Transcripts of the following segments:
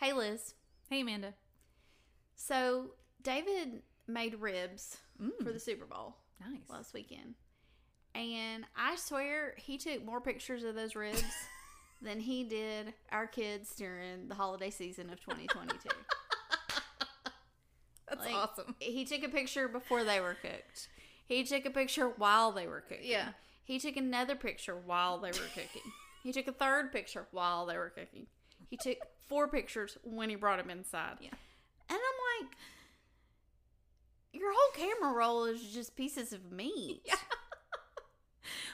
Hey, Liz. Hey, Amanda. So, David made ribs for the Super Bowl Nice. last weekend. And I swear he took more pictures of those ribs than he did our kids during the holiday season of 2022. That's like- awesome. he took a picture before they were cooked. He took a picture while they were cooking. Yeah. He took another picture while they were cooking. he took a third picture while they were cooking. He took four pictures when he brought them inside. Yeah. And I'm like, your whole camera roll is just pieces of meat. Yeah.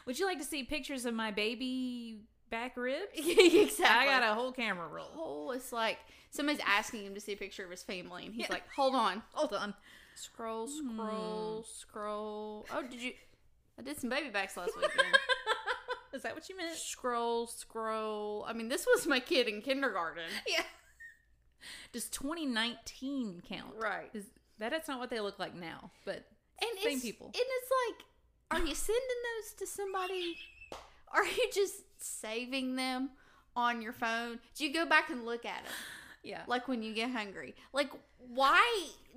Would you like to see pictures of my baby back ribs? exactly. I got a whole camera roll. whole. It's like somebody's asking him to see a picture of his family, and he's Yeah. like, hold on. Hold on. Scroll, scroll, scroll. Oh, did you? I did some baby backs last weekend. Is that what you meant? scroll, scroll. I mean, this was my kid in kindergarten. Yeah. Does 2019 count? Right. Is, that- that's not what they look like now, but And Same it's, people. And it's like, are you sending those to somebody? Are you just saving them on your phone? Do you go back and look at them? yeah. Like when you get hungry. Like, why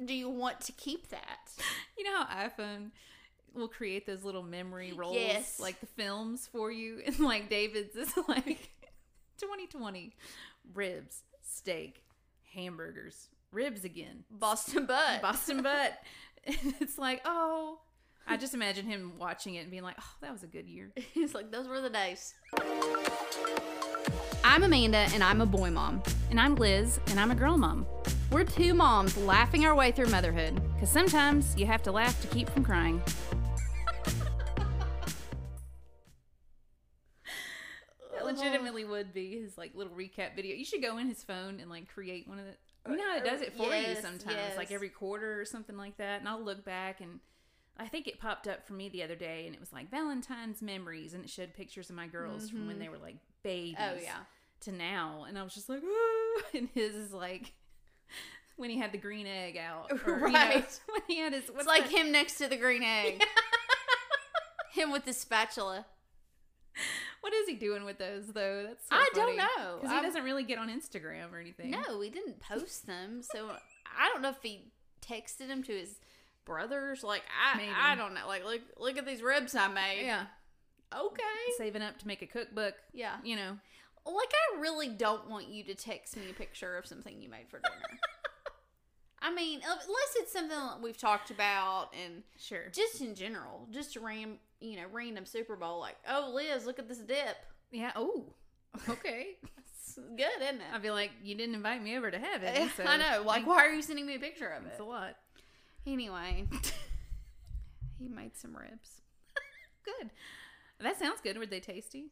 do you want to keep that? You know how iPhone will create those little memory rolls, Yes. like the films for you, and like David's is like 2020 ribs, steak, hamburgers, ribs again, Boston butt. Boston butt. And it's like, oh, I just imagine him watching it and being like, oh, that was a good year. He's like, those were the days. I'm Amanda, and I'm a boy mom. And I'm Liz, and I'm a girl mom, We're two moms laughing our way through motherhood. because sometimes you have to laugh to keep from crying. That legitimately would be his like little recap video. You should go in his phone and like create one of the. You know how it does it for Yes, you sometimes, yes. like every quarter or something like that. And I'll look back and I think it popped up for me the other day, and it was like Valentine's memories, and it showed pictures of my girls from when they were like babies Mm-hmm. Oh yeah. to now, and I was just like, "Ooh," and his is like when he had the green egg out, or, you know, Right. when he had his, what's It's like that- him next to the green egg. him with the spatula. what is he doing with those though? That's so I don't funny. know. 'Cause I'm- he doesn't really get on Instagram or anything. No, we didn't post them, so I don't know if he texted them to his brothers. Like I, Maybe. I don't know. Like look, look at these ribs I made. yeah, Okay. saving up to make a cookbook. Yeah. You know, Like I really don't want you to text me a picture of something you made for dinner. I mean, uh, unless it's something that we've talked about and sure. just in general, just ram, you know, random Super Bowl like, "Oh, Liz, look at this dip." yeah. Oh, okay. It's good, isn't it? I'd be like, you didn't invite me over to Eh, heaven. So I know. Like, thank- why are you sending me a picture of It's it? a lot. Anyway, he made some ribs. Good. That sounds good. Were they tasty?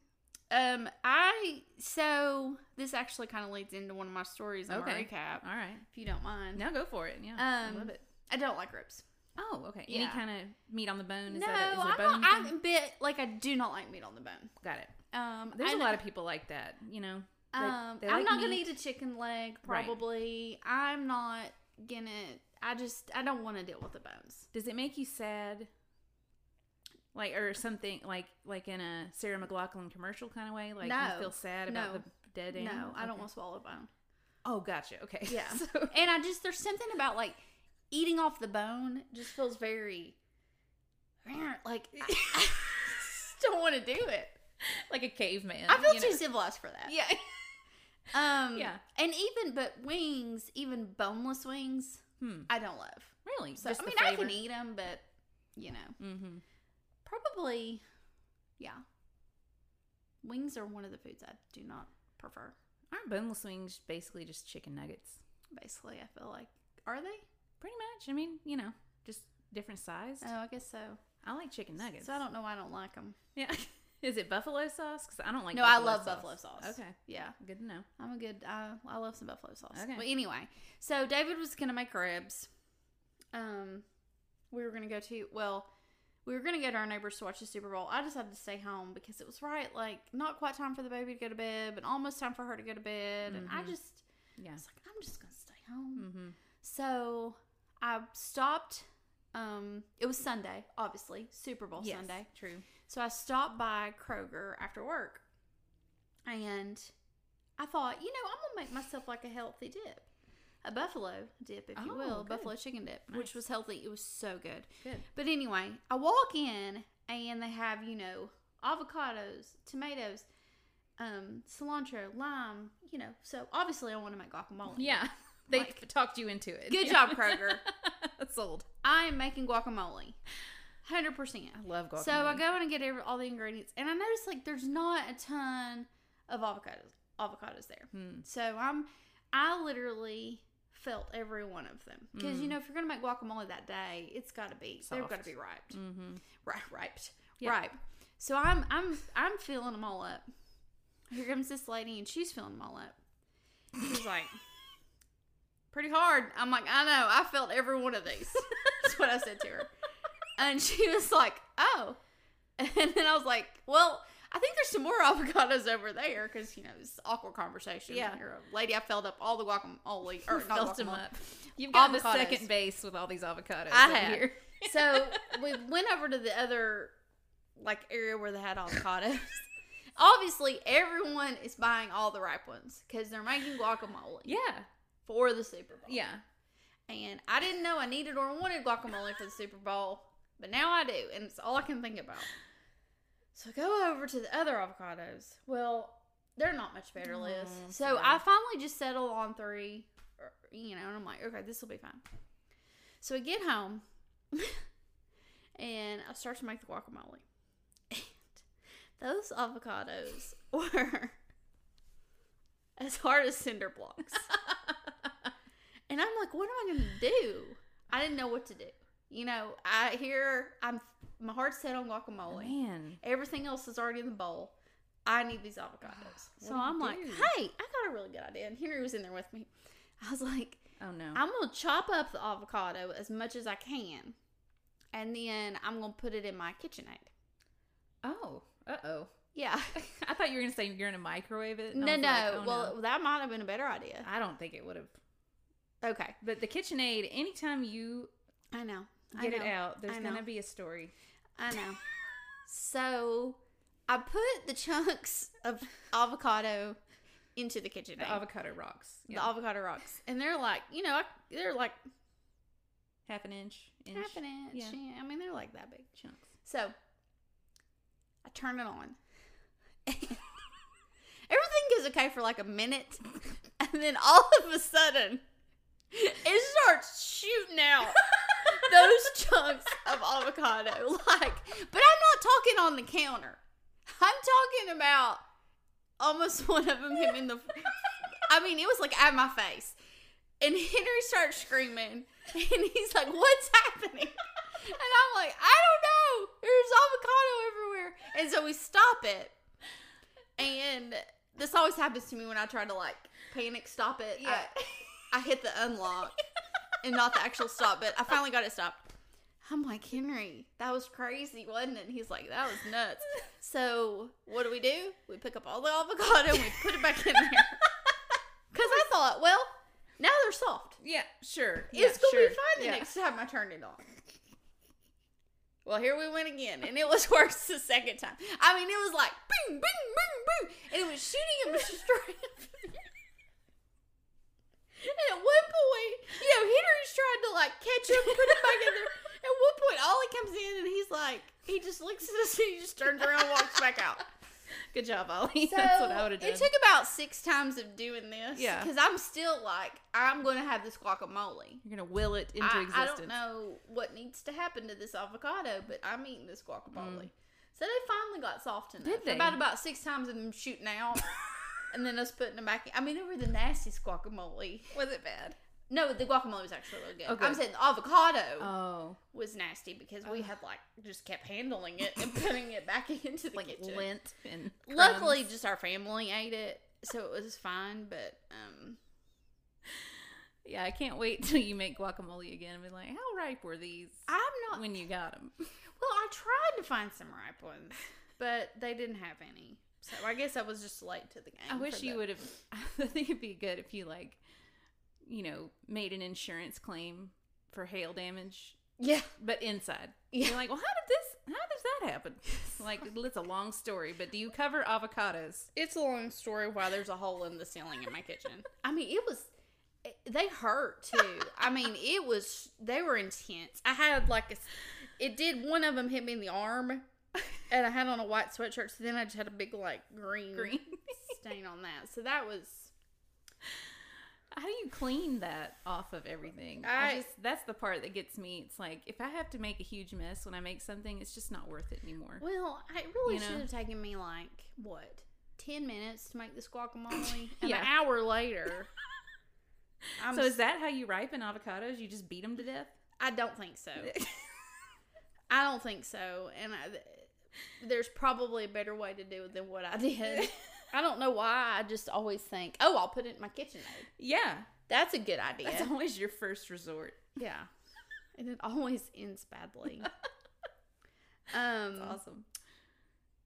Um, I so this actually kind of leads into one of my stories on my Okay. recap, All right. if you don't mind. Now go for it. Yeah. Um, I love it. I don't like ribs. Oh, okay. yeah. Any kind of meat on the bone? Is no, that a, is it a I'm bone not. thing? I'm a bit like I do not like meat on the bone. Got it. Um, There's a a lot of people like that, you know. They- Um, they I'm like not gonna meat. eat a chicken leg. Right. Probably. I'm not gonna. I just I don't want to deal with the bones. Does it make you sad? Like or something like like in a Sarah McLaughlin commercial kind of way, like No. you feel sad about No. the dead no, animal. I don't Okay. want to swallow a bone. Oh, gotcha. Okay. Yeah. So- And I just there's something about like eating off the bone just feels very like I, I just don't want to do it. like a caveman. I feel you too know? civilized for that. Yeah. Um Yeah. and even but wings, even boneless wings, Hmm. I don't love. Really? So I mean, I can eat them, but you know, Mm-hmm. probably yeah. Wings are one of the foods I do not prefer. Aren't boneless wings basically just chicken nuggets? Basically, I feel like are they? Pretty much. I mean, you know, just different sized. Oh, I guess so. I like chicken nuggets. So I don't know why I don't like them. Yeah. Is it buffalo sauce? Because I don't like. no, I love buffalo sauce. Okay. Yeah. Good to know. I'm a good. Uh, I love some buffalo sauce. Okay. But anyway, so David was gonna make ribs. Um, we were gonna go to well, we were gonna go to our neighbors to watch the Super Bowl. I decided to stay home because it was right like not quite time for the baby to go to bed, but almost time for her to go to bed, and I Mhm. just Yeah. I was like, I'm just gonna stay home. Mm-hmm. So I stopped. Um, it was Sunday, obviously Super Bowl Sunday. True. So I stopped by Kroger after work and I thought, you know, I'm gonna make myself like a healthy dip, a buffalo dip, if you Oh, will, good. buffalo chicken dip, Nice. which was healthy. It was so good. Good. But anyway, I walk in and they have you know avocados, tomatoes, um, cilantro, lime. You know, so obviously I want to make guacamole. Yeah. They Like- talked you into it. Good job, Kroger. Sold. I am making guacamole, hundred percent. I love guacamole. So I go in and get every, all the ingredients, and I notice like there's not a ton of avocados avocados there. Hmm. So I'm I literally felt every one of them because you know if you're gonna make guacamole that day, it's got to be they've got Mm. Soft. to be ripe, Mm-hmm. ripe, ripe, Yeah. ripe. So I'm I'm I'm filling them all up. Here comes this lady and she's filling them all up. She's like. Pretty hard. I'm like, I know. I felt every one of these. That's what I said to her. And she was like, "Oh," and then I was like, "Well, I think there's some more avocados over there because you know it's awkward conversation. Yeah. you're a lady. I filled up all the guacamole or not Felt 'em guacamole. up. You've got the Avocados. second base with all these avocados. I over have. Here. so we went over to the other like area where they had avocados. Obviously, everyone is buying all the ripe ones because they're making guacamole Yeah. for the Super Bowl. Yeah. and I didn't know I needed or wanted guacamole for the Super Bowl, but now I do, and it's all I can think about. So I go over to the other avocados. Well, they're not much better, Liz. Oh, so sorry. I finally just settle on three, or- you know, and I'm like, okay, this will be fine. So I get home, and I start to make the guacamole. And those avocados were as hard as cinder blocks. And I'm like, what am I going to do? I didn't know what to do. You know, I hear I'm my heart's set on guacamole. Man. Everything else is already in the bowl. I need these avocados. What do so you I'm like, do? hey, I got a really good idea. And Henry was in there with me. I was like, Oh no. I'm gonna chop up the avocado as much as I can, and then I'm gonna put it in my KitchenAid. oh. Uh oh. Yeah. I thought you were gonna say you're gonna microwave it. and no, I was no. like, oh, well, that might have been a better idea. I don't think it would have. Okay. But the KitchenAid, anytime you I know. I get know. it out, there's I know. gonna be a story. I know. so I put the chunks of avocado into the kitchen. The avocado rocks. Yeah. avocado rocks, and they're like, you know, I- they're like half an inch, inch half an inch. Yeah. yeah, I mean, they're like that big. chunks. So I turn it on. Everything goes okay for like a minute, and then all of a sudden, it starts shooting out those chunks of avocado. Like, but I'm not talking on the counter. I'm talking about almost one of them him in the. I mean, it was like at my face, and Henry starts screaming, and he's like, "What's happening?" And I'm like, "I don't know. There's avocado everywhere." And so we stop it, and this always happens to me when I try to like panic stop it. Yeah. I, I hit the unlock and not the actual stop, but I finally got it stopped. I'm like, Henry, that was crazy, wasn't it? And he's like, that was nuts. So, what do we do? We pick up all the avocado and we put it back in there. Because I thought, well, now they're soft. Yeah, sure. It's Yeah, going to sure. be fine the Yeah. next time I turn it on. Well, here we went again, and it was worse the second time. I mean, it was like bing, bing, bing, bing, and it was shooting him straight. and at one point, you know, Henry's trying to like catch him, put him back in there. At one point, Ollie comes in, and he's like, he just looks at us, and he just turns around, and walks back out. Good job, Ollie. So That's what I would have done. it took about six times of doing this. Yeah. because I'm still like, I'm going to have this guacamole. You're gonna will it into I, existence. I don't know what needs to happen to this avocado, but I'm eating this guacamole. So they finally got soft enough. Mm. Did they? About about six times of them shooting out, and then us putting them back. In. I mean, they were the nastiest guacamole. Was it bad? No, the guacamole was actually really good. Oh, good. I'm saying the avocado Oh, was nasty because we had like just kept handling it and putting it back into the like kitchen. lint and Luckily, crumbs. just our family ate it, so it was fine. But um, Yeah, I can't wait till you make guacamole again and be like, how ripe were these I'm not. when you got them? Well, I tried to find some ripe ones, but they didn't have any. So I guess I was just late to the game. I wish for you the- would have. I think it'd be good if you like, you know, made an insurance claim for hail damage, Yeah. but inside. Yeah. You're like, well, how did this? How does that that happen? Like, it's a long story, but do you cover avocados? It's a long story why there's a hole in the ceiling in my kitchen. I mean, it was it- they hurt too. I mean, it was they were intense. I had like a, s- it did one of them hit me in the arm, and I had on a white sweatshirt. So then I just had a big like green Green. stain on that. So that was How do you clean that off of everything? I, I- just that's the part that gets me. It's like if I have to make a huge mess when I make something, it's just not worth it anymore. well. It really You know? should have taken me like what ten minutes to make this guacamole, and Yeah. an hour later. I'm so is that how you ripen avocados? You just beat them to death? I don't think so. I don't think so. And I, th- there's probably a better way to do it than what I did. I don't know why. I just always think, oh, I'll put it in my kitchen aid. yeah, That's a good idea. that's always your first resort. yeah. And it always ends badly. um, That's Mm. awesome.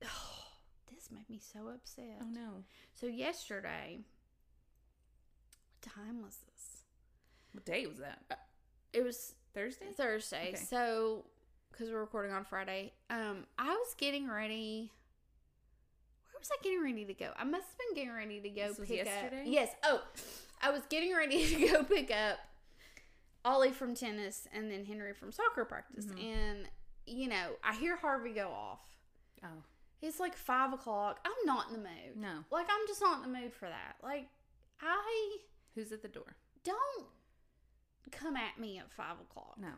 This made me so upset. Oh no, So, yesterday, what time was this? what day was that? Uh, It was Thursday. Thursday. Okay. So, because we're recording on Friday, um, I was getting ready. Where was I getting ready to go? I must have been getting ready to go This was pick yesterday? up. Yes. Oh, I was getting ready to go pick up Ollie from tennis and then Henry from soccer practice, Mhm. and you know I hear Harvey go off. Oh It's like five o'clock. I'm not in the mood. no, Like I'm just not in the mood for that. Like I who's at the door? don't come at me at five o'clock. No,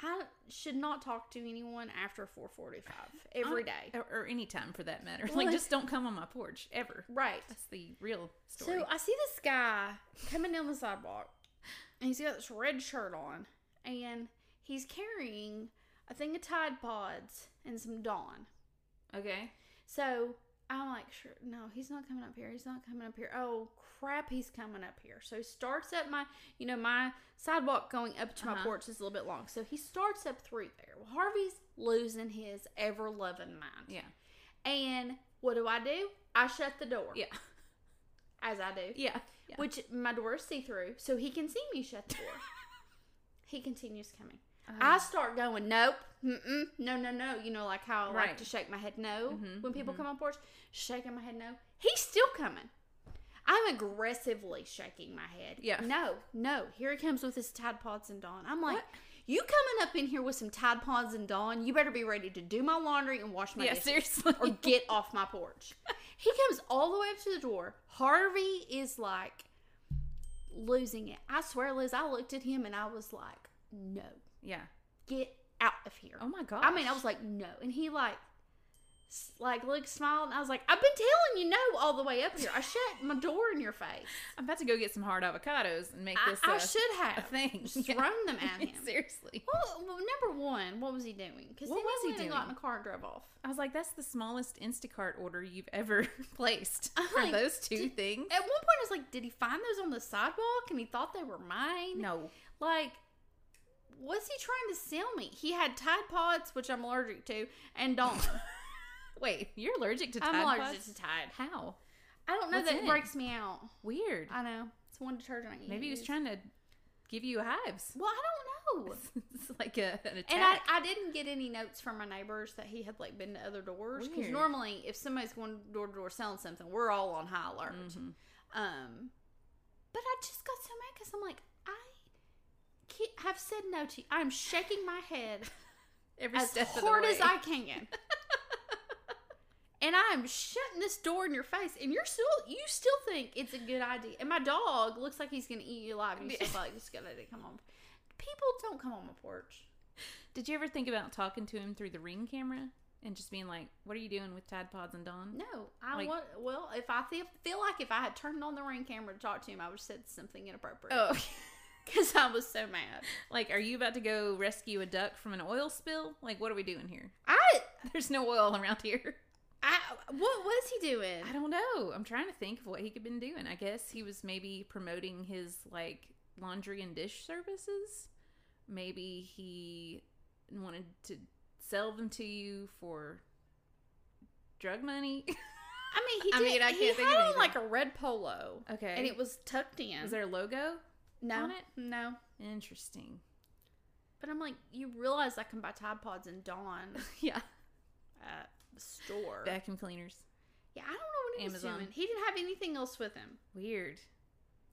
I should not talk to anyone after 4:45 every day. or, or any time for that matter. Well, like like- just don't come on my porch ever. Right. That's the real story. So I see this guy coming down the sidewalk, and he's got this red shirt on, and he's carrying a thing of Tide Pods and some Dawn. okay. So I'm like, sure, no, he's not coming up here. He's not coming up here. Oh crap, he's coming up here. So he starts up my, you know, my sidewalk going up to Uh-huh. my porch is a little bit long. So he starts up through there. Well, Harvey's losing his ever loving mind. Yeah. And what do I do? I shut the door. Yeah. As I do. Yeah. Yeah. Which my door is see through, so he can see me shut the door. he continues coming. Uh-huh. I start going, nope, mm-mm, no, no, no. You know, like how I Right. like to shake my head no Mhm, when people come on porch, shaking my head no. He's still coming. I'm aggressively shaking my head. Yeah. No, no. Here he comes with his Tide Pods and Dawn. I'm like, What? you coming up in here with some Tide Pods and Dawn, you better be ready to do my laundry and wash my yeah. dishes Seriously. or get off my porch. He comes all the way up to the door. Harvey is like losing it. I swear, Liz, I looked at him and I was like, no, yeah. get out of here. Oh my god. I mean, I was like, no. And he like, s- like looked, smiled, and I was like, I've been telling you no all the way up here. I shut my door in your face. I'm about to go get some hard avocados and make I, this I a- should a have thing. just thrown them at him. Seriously. Well, well, number one, what was he doing? Because What was he went and got doing? in a car and drove off. I was like, that's the smallest Instacart order you've ever placed I'm for like, those two did- things. At one point, I was like, did he find those on the sidewalk and he thought they were mine? No. Like, what's he trying to sell me? He had Tide Pods, which I'm allergic to, and Dawn. Wait, you're allergic to Tide I'm allergic Pods? to Tide. How? I don't know What's that in it? it breaks me out. Weird. I know. It's one detergent I can Maybe he was use. trying to give you hives. Well, I don't know. it's like a, an attack. And I, I didn't get any notes from my neighbors that he had like been to other doors because Weird. normally if somebody's going door to door selling something, we're all on high alert. Mhm. Um, but I just got so mad because I'm like, I can't, have said no to you. I'm shaking my head Every as step hard of the as way. I can. and I'm shutting this door in your face, and you're still, you still think it's a good idea. And my dog looks like he's going to eat you alive. You still feel like it's a good idea. Come on. People don't come on my porch. Did you ever think about talking to him through the ring camera and just being like, what are you doing with Tide Pods and Dawn? No, I Like- want. Well, if I feel, feel like if I had turned on the ring camera to talk to him, I would have said something inappropriate. Oh, because I was so mad. like, are you about to go rescue a duck from an oil spill? Like, what are we doing here? I There's no oil around here. I what was he doing? I don't know. I'm trying to think of what he could been doing. I guess he was maybe promoting his like laundry and dish services. Maybe he wanted to sell them to you for drug money. I mean, he. I Did, mean, I he can't think had of on like a red polo, okay. and it was tucked in. was there a logo? no, on it? no. Interesting. But I'm like, you realize I can buy Tide Pods and Dawn Yeah. at the store. Vacuum cleaners. yeah, I don't know what he was Amazon. doing. He didn't have anything else with him. Weird.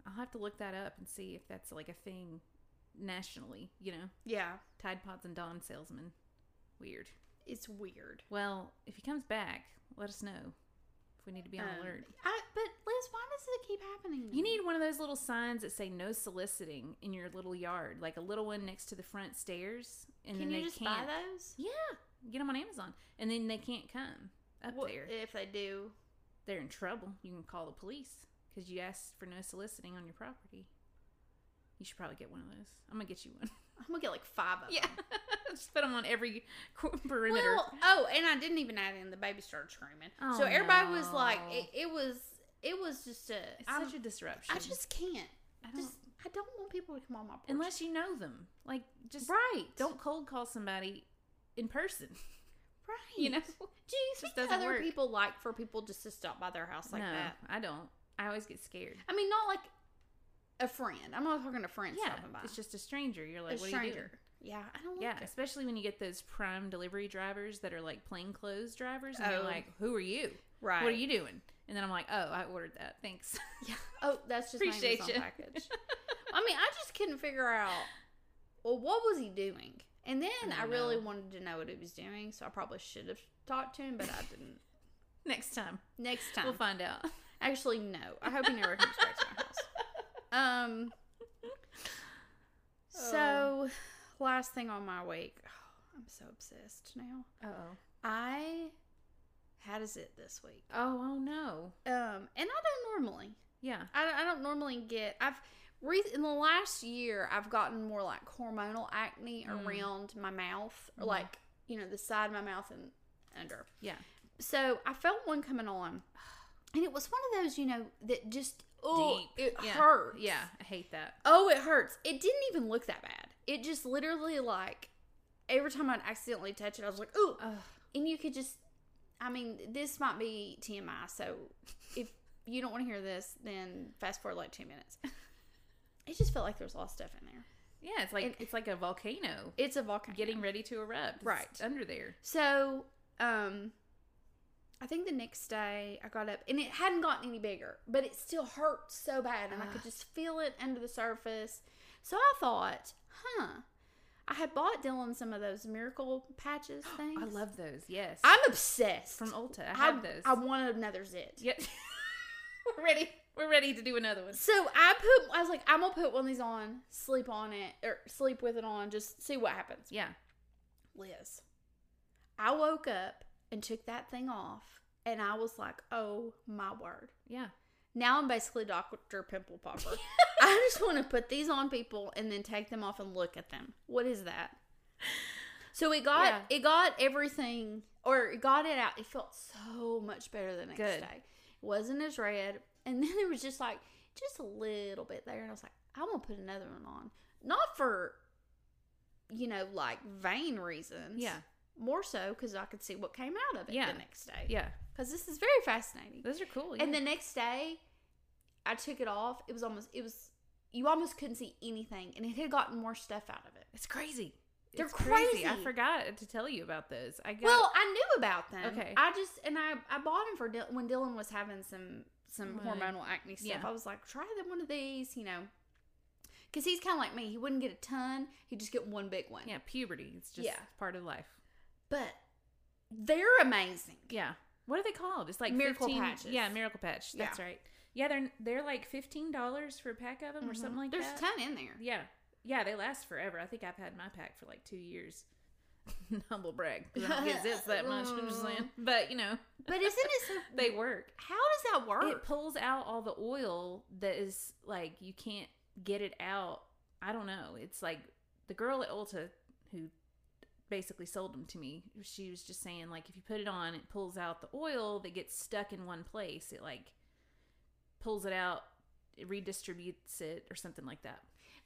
I'll have to look that up and see if that's like a thing nationally, you know? Yeah, Tide Pods and Dawn salesman. Weird. it's weird. Well, if he comes back, let us know if we need to be on Um, alert. I, but Liz, why does it keep happening? to You me? need one of those little signs that say no soliciting in your little yard, like a little one next to the front stairs. And Can then you they just can't. buy those? Yeah, get them on Amazon. And then they can't come up Well, there. If they do, They're in trouble. You can call the police because you asked for no soliciting on your property. You should probably get one of those. I'm going to get you one. I'm gonna get like five of Yeah. them. Just put them on every cor- perimeter. Well, oh, and I didn't even add in the baby started screaming, Oh, so everybody was no. like, it, it was, it was just a. it's I'm- such a disruption. I just can't. I don't, Just I don't want people to come on my porch. unless you know them. Like, just right, don't cold call somebody in person. right. You know? do you just think doesn't other work. people like for people just to stop by their house like no, that? I don't. I always get scared. I mean, not like a friend. I'm not talking to friends yeah, stopping by. it's just a stranger. You're like, a what are you doing? stranger. Yeah, I don't like Yeah, it. especially when you get those prime delivery drivers that are like plainclothes drivers, and Oh. they're like, "Who are you? Right. What are you doing?" And then I'm like, "Oh, I ordered that. Thanks." Yeah. Oh, that's just Appreciate appreciate ya. package. I mean, I just couldn't figure out. Well, what was he doing? And then I I, don't really know. wanted to know what he was doing, so I probably should have talked to him, but I didn't. Next time Next time, we'll find out. actually, no. I hope he never comes back to my house. Um. So, last thing on my week. Oh, I'm so obsessed now. Oh, I had a zit this week. oh, oh no. Um, and I don't normally. Yeah. I, I don't normally get. I've re- in the last year I've gotten more like hormonal acne Mm. around my mouth, or Mhm. like you know the side of my mouth and under. Yeah. So I felt one coming on, and it was one of those you know that just oh Deep. it Yeah. hurts. Yeah, I hate that. Oh, it hurts. It didn't even look that bad. It just literally like every time I'd accidentally touch it, I was like ooh, Ugh. and you could just. I mean, this might be TMI, so if you don't want to hear this, then fast forward like two minutes. It just felt like there was a lot of stuff in there. Yeah, it's like And- it's like a volcano It's a volcano. getting ready to erupt. It's Right. under there. so, um, I think the next day I got up and it hadn't gotten any bigger, but it still hurt so bad, and I could Ugh. just feel it under the surface. So I thought, huh, I had bought Dylan some of those miracle patches things. I love those. Yes, I'm obsessed. from Ulta. I I, have those. I wanted another zit. yeah. We're ready. We're ready to do another one. So I put, I was like, I'm gonna put one of these on, sleep on it, or sleep with it on, just see what happens. Yeah. Liz, I woke up and took that thing off, and I was like, oh my word. Yeah. Now I'm basically Dr. Pimple Popper. I just want to put these on people and then take them off and look at them. What is that? So it got Yeah. it got everything or it got it out. It felt so much better the next Good. day. It wasn't as red. And then it was just like just a little bit there. And I was like, I'm gonna put another one on. Not for you know, like vain reasons. Yeah. More so because I could see what came out of it Yeah. the next day. Yeah. Because this is very fascinating. Those are cool. And yeah. the next day, I took it off. It was almost it was you almost couldn't see anything, and it had gotten more stuff out of it. It's crazy. They're It's crazy. I crazy. forgot to tell you about those. I got Well, I knew about them. Okay. I just and I I bought them for Dil- when Dylan was having some some Right. hormonal acne stuff. Yeah. I was like, try them one of these, you know, because he's kind of like me. He wouldn't get a ton. He'd just get one big one. yeah, puberty. It's just Yeah. part of life. But they're amazing. Yeah. What are they called? It's like Miracle 15 patches. Yeah, miracle patch. That's right. Yeah, they're they're like fifteen dollars for a pack of them or something like There's that. a ton in there. Yeah, yeah, they last forever. I think I've had my pack for like two years. Humble brag. 'cause I don't get zits that much. I'm just saying. But you know, But isn't it so? they work. How does that work? It pulls out all the oil that is like you can't get it out. I don't know. It's like the girl at Ulta who basically sold them to me. She was just saying like if you put it on, it pulls out the oil that gets stuck in one place. It like pulls it out, it redistributes it or something like that.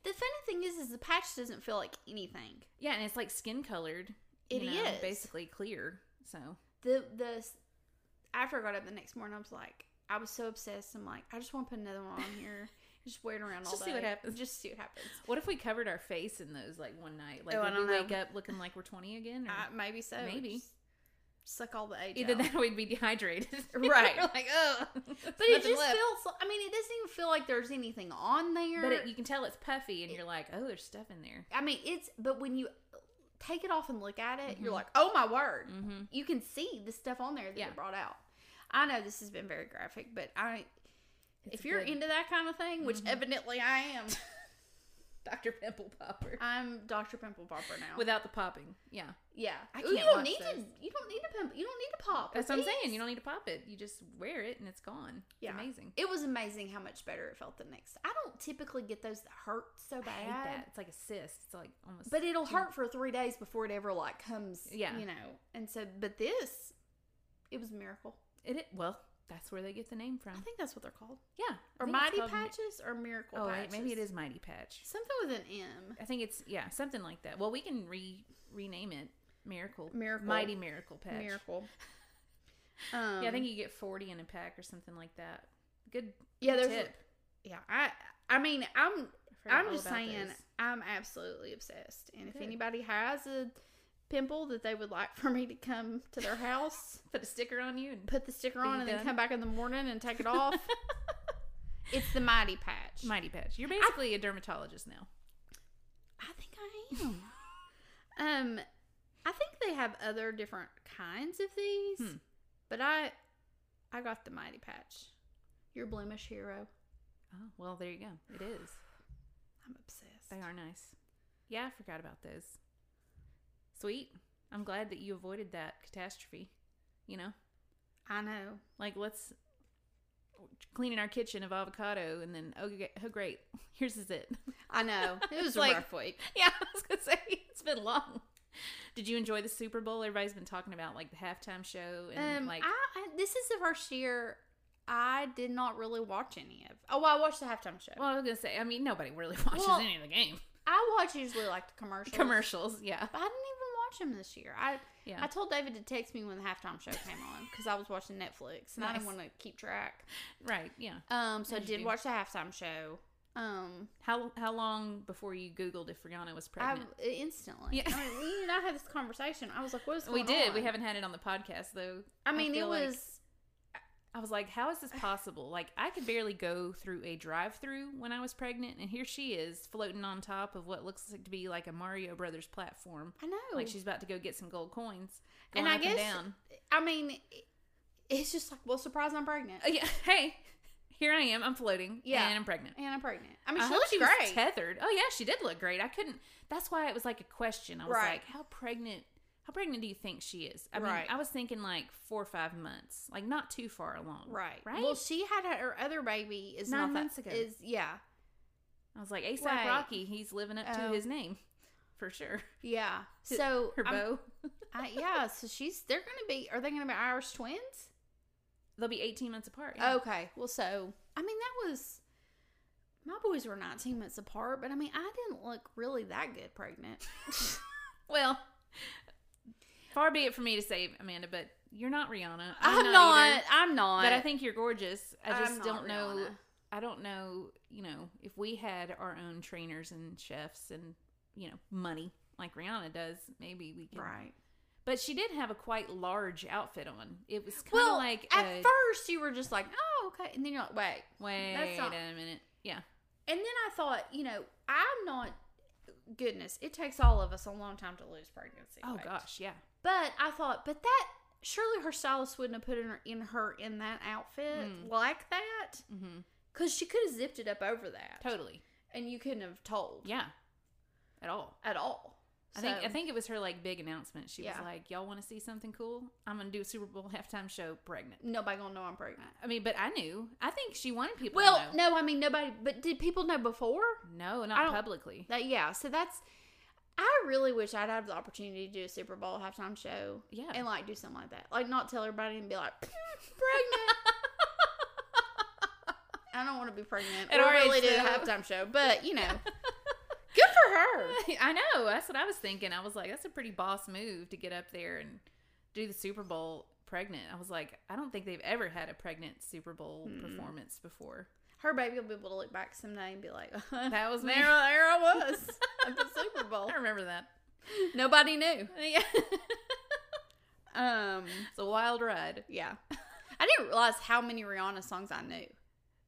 the funny thing is, is the patch doesn't feel like anything. Yeah, and it's like skin colored. It It is is basically clear. So the the after I got up the next morning, I was like, I was so obsessed. I'm like, I just want to put another one on here, just wear it around all Just day. see what happens. Just see what happens. what if we covered our face in those like one night? Like Oh, I would we don't know. wake up looking like we're twenty again? Or? I, maybe so. Maybe. Just- suck all the age Either out. that or we'd be dehydrated. Right. like, oh. but it just feels. I mean, it doesn't even feel like there's anything on there. But it, you can tell it's puffy, and you're like, oh, there's stuff in there. I mean, it's. But when you take it off and look at it, you're Mhm. like, oh my word. Mm-hmm. You can see the stuff on there that Yeah. it brought out. I know this has been very graphic, but I. if you're into that kind of thing, which Mhm. evidently I am, Dr. Pimple Popper. I'm Dr. Pimple Popper now. Without the popping. Yeah. yeah, I you can't don't watch need to. this. You don't need to pimp. You don't need to pop. That's what I'm It's- saying. You don't need to pop it. You just wear it and it's gone. It's Yeah. amazing. It was amazing how much better it felt the next. I don't typically get those that hurt so I bad. hate that. It's like a cyst. It's like almost. But it'll too much. hurt for three days before it ever like comes. Yeah. you know. And so, but this, it was a miracle. It, it- well, that's where they get the name from. I think that's what they're called, yeah. I or think it's mighty called mi- patches, or miracle. Oh, wait, patches. maybe it is Mighty Patch. something with an M. I think it's yeah, something like that. Well, we can re rename it Miracle Miracle. Mighty Miracle Patch. Miracle. Um, Yeah, I think you get forty in a pack or something like that. Good yeah, there's tip. yeah. I I mean I'm I forgot I'm all just about saying those. I'm absolutely obsessed, and if Good. anybody has a pimple that they would like for me to come to their house. Put a sticker on you and put the sticker Are on you and then done? come back in the morning and take it off. it's the mighty patch. Mighty Patch. You're basically a dermatologist now. I think I am. um, I think they have other different kinds of these, Hmm. but I, I got the mighty patch. Your blemish hero. Oh, well, there you go. It is. I'm obsessed. They are nice. Yeah, I forgot about those. Sweet. I'm glad that you avoided that catastrophe. You know, I know. like let's cleaning our kitchen of avocado and then oh, g- oh great, here's is it. I know. It was It's a like- rough week. yeah, I was gonna say it's been long. Did you enjoy the Super Bowl? Everybody's been talking about like the halftime show and Um, like I, I this is the first year I did not really watch any of. Oh, well, I watched the halftime show. well, I was gonna say I mean nobody really watches Well, any of the game I watch usually like the commercials. commercials. Yeah, But I didn't even watch them this year. I yeah. I told David to text me when the halftime show came on because I was watching Netflix and I didn't Nice. want to keep track. right. Yeah. Um, so I As you did do. watch the halftime show. Um, How how long before you Googled if Rihanna was I, pregnant? instantly. Yeah. I mean, we and I had this conversation. I was like, "What is we going did. We on? haven't had it on the podcast though. I mean, it feel like- was. I was like, how is this possible? Like, I could barely go through a drive-through when I was pregnant, and here she is floating on top of what looks like to be like a Mario Brothers platform. I know. Like she's about to go get some gold coins. And Going I up guess- and down. I mean, it- it's just like, well, surprise, I'm pregnant Uh, yeah. Hey, here I am. I'm floating. Yeah. and I'm pregnant. and I'm pregnant. I mean, I she hope looks she was great. tethered. Oh yeah, she did look great. I couldn't. That's why it was like a question. I was Right. like, how pregnant? How pregnant do you think she is? I Right. mean, I was thinking like four or five months, like not too far along. right, Right. Well, she had her other baby. Is Nine not that- months ago. Is yeah, I was like, ASAP Right. Rocky, he's living up to Oh. his name for sure. yeah. So Her I'm- bow. I, yeah, so she's they're gonna be are they gonna be Irish twins? They'll be 18 months apart. Okay, well, so I mean that was my boys were 19 months apart, but I mean I didn't look really that good pregnant. Well, far be it for me to say, Amanda, but you're not Rihanna. I'm, not, either, I'm not. but I think you're gorgeous. I I'm just not don't know. Rihanna. I don't know, you know, if we had our own trainers and chefs and, you know, money like Rihanna does, maybe we could. right. But she did have a quite large outfit on. It was kind of Well, like, at a, first you were just like, oh okay, and then you're like, wait. wait that's not- a minute. Yeah. And then I thought, you know, I'm not. Goodness, it takes all of us a long time to lose pregnancy. Oh, weight. gosh. Yeah. But I thought, but that surely her stylist wouldn't have put in her in, her in that outfit Mm. like that Mm-hmm. because she could have zipped it up over that, Totally. and you couldn't have told Yeah. At all. at all. I think I So, think it was her like big announcement. She Yeah. was like, "Y'all want to see something cool? I'm gonna do a Super Bowl halftime show pregnant." nobody gonna know I'm pregnant. I mean, but I knew. I think she wanted people. Well, to know. no, I mean nobody. But did people know before? no, I not don't- publicly. That yeah. So that's. I really wish I'd have the opportunity to do a Super Bowl halftime show Yeah, and like do something like that. Like not tell everybody and be like "Mm, pregnant. I don't want to be pregnant. At or our really age, do a though. halftime show, but you know, good for her. I know. That's what I was thinking. I was like, "That's a pretty boss move to get up there and do the Super Bowl pregnant." I was like, "I don't think they've ever had a pregnant Super Bowl Mm. performance before." Her baby will be able to look back someday and be like, That was me. there, there I was at the Super Bowl. I remember that. Nobody knew. Yeah. Um, It's a wild ride. yeah. I didn't realize how many Rihanna songs I knew.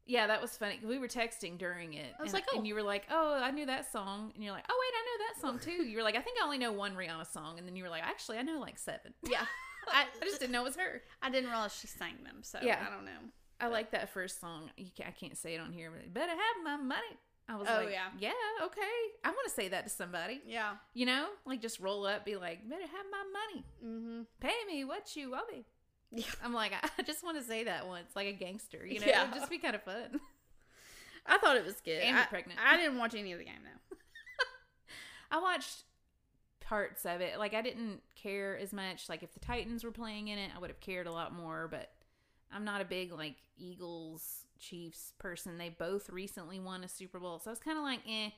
Yeah, that was funny. We were texting during it. I was and, like, oh. and you were like, oh, I knew that song. And you're like, oh, wait, I know that song too. You were like, I think I only know one Rihanna song. And then you were like, actually, I know like seven. Yeah. I, I, I just didn't know it was her. I didn't realize she sang them, so Yeah. I don't know. I like that first song. You can, I can't say it on here, but better have my money. I was Oh, like, yeah. yeah, okay. I want to say that to somebody. Yeah. You know, like just roll up, be like, better have my money. Mm-hmm. Pay me what you owe me. Yeah. I'm like, I I just want to say that once, like a gangster, you know? Yeah. It'd just be kind of fun. I thought it was good. And I, you're pregnant. I didn't watch any of the game though. I watched parts of it. Like I didn't care as much. Like if the Titans were playing in it, I would have cared a lot more, but I'm not a big like Eagles Chiefs person. They both recently won a Super Bowl. So I was kind of like, "Eh."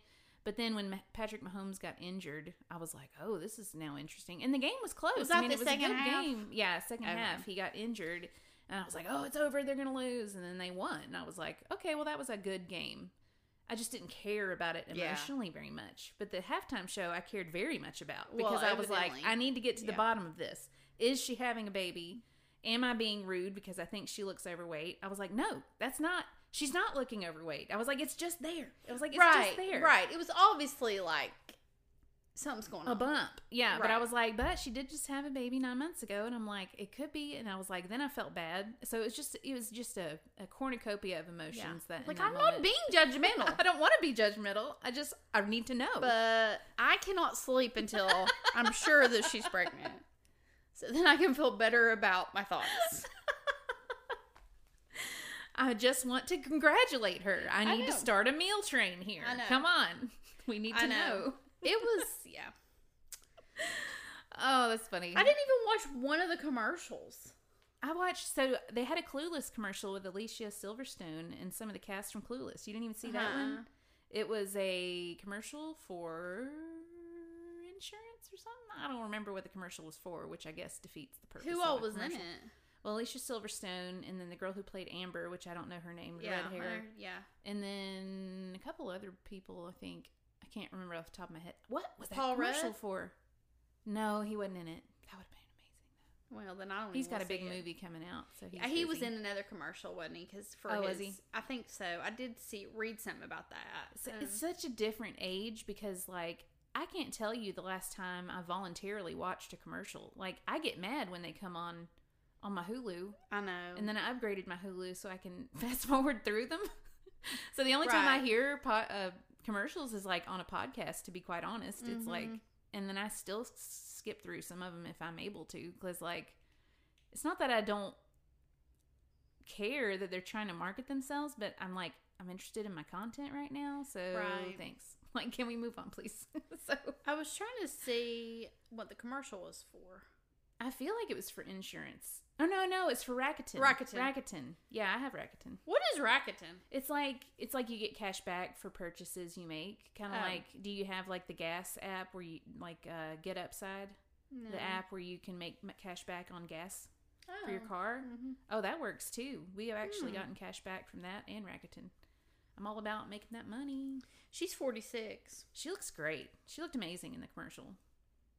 But then when Ma- Patrick Mahomes got injured, I was like, "Oh, this is now interesting." And the game was close. Was I that mean, the it was a second good half? game. Yeah, second Okay. half he got injured, and I was like, "Oh, it's over. They're going to lose." And then they won. And I was like, "Okay, well that was a good game." I just didn't care about it Yeah. emotionally very much. But the halftime show I cared very much about Well, because I was like, evidently. I need to get to Yeah. the bottom of this. Is she having a baby? Am I being rude because I think she looks overweight? I was like, no, that's not. She's not looking overweight. I was like, it's just there. I was like, it's right. just there. Right. It was obviously like something's going A on. bump. Yeah. But I Right. was like, but she did just have a baby nine months ago. And I'm like, it could be. And I was like, then I felt bad. So it was just, it was just a, a cornucopia of emotions Yeah. that, in Like that I'm moment. not being judgmental, I don't want to be judgmental. I just, I need to know. but I cannot sleep until I'm sure that she's pregnant. So then I can feel better about my thoughts. I just want to congratulate her. I I need to know. start a meal train here. I know. Come on. We need I to know. know. It was yeah. Oh, that's funny. I didn't even watch one of the commercials. I watched so they had a Clueless commercial with Alicia Silverstone and some of the cast from Clueless. You didn't even see that Uh-uh. one. It was a commercial for insurance or something. I don't remember what the commercial was for, which I guess defeats the purpose. Who of all a was in it? commercial. Well, Alicia Silverstone and then the girl who played Amber, which I don't know her name, Yeah, red hair. I- yeah. and then a couple other people. I think I can't remember off the top of my head. What was that Paul commercial Rudd? for? No, he wasn't in it. That would have been amazing. Well, then I don't. He's even got wanna a big see it. movie coming out, so he's Yeah, he was in busy. another commercial, wasn't he? Because for Oh, was his, he? I think so. I did see read something about that. So Um, it's such a different age because like I can't tell you the last time I voluntarily watched a commercial. Like I get mad when they come on on my Hulu, I know. and then I upgraded my Hulu so I can fast forward through them. so the only time I Right. hear po- uh, commercials is like on a podcast. To be quite honest, it's like, Mhm. and then I still s- skip through some of them if I'm able to, because like, it's not that I don't care that they're trying to market themselves, but I'm like, I'm interested in my content right now, so Right. thanks. Like, can we move on, please? so I was trying to see what the commercial was for. I feel like it was for insurance. Oh no, no, it's for Rakuten. Rakuten. Rakuten. Yeah, I have Rakuten. What is Rakuten? It's like it's like you get cash back for purchases you make. Kind of Oh. like do you have like the gas app where you like uh, Get Upside, the app where you can make m- cash back on gas for your car? Oh, that works too. We have Mm-hmm. actually Hmm. gotten cash back from that and Rakuten. I'm all about making that money. She's forty six. She looks great. She looked amazing in the commercial.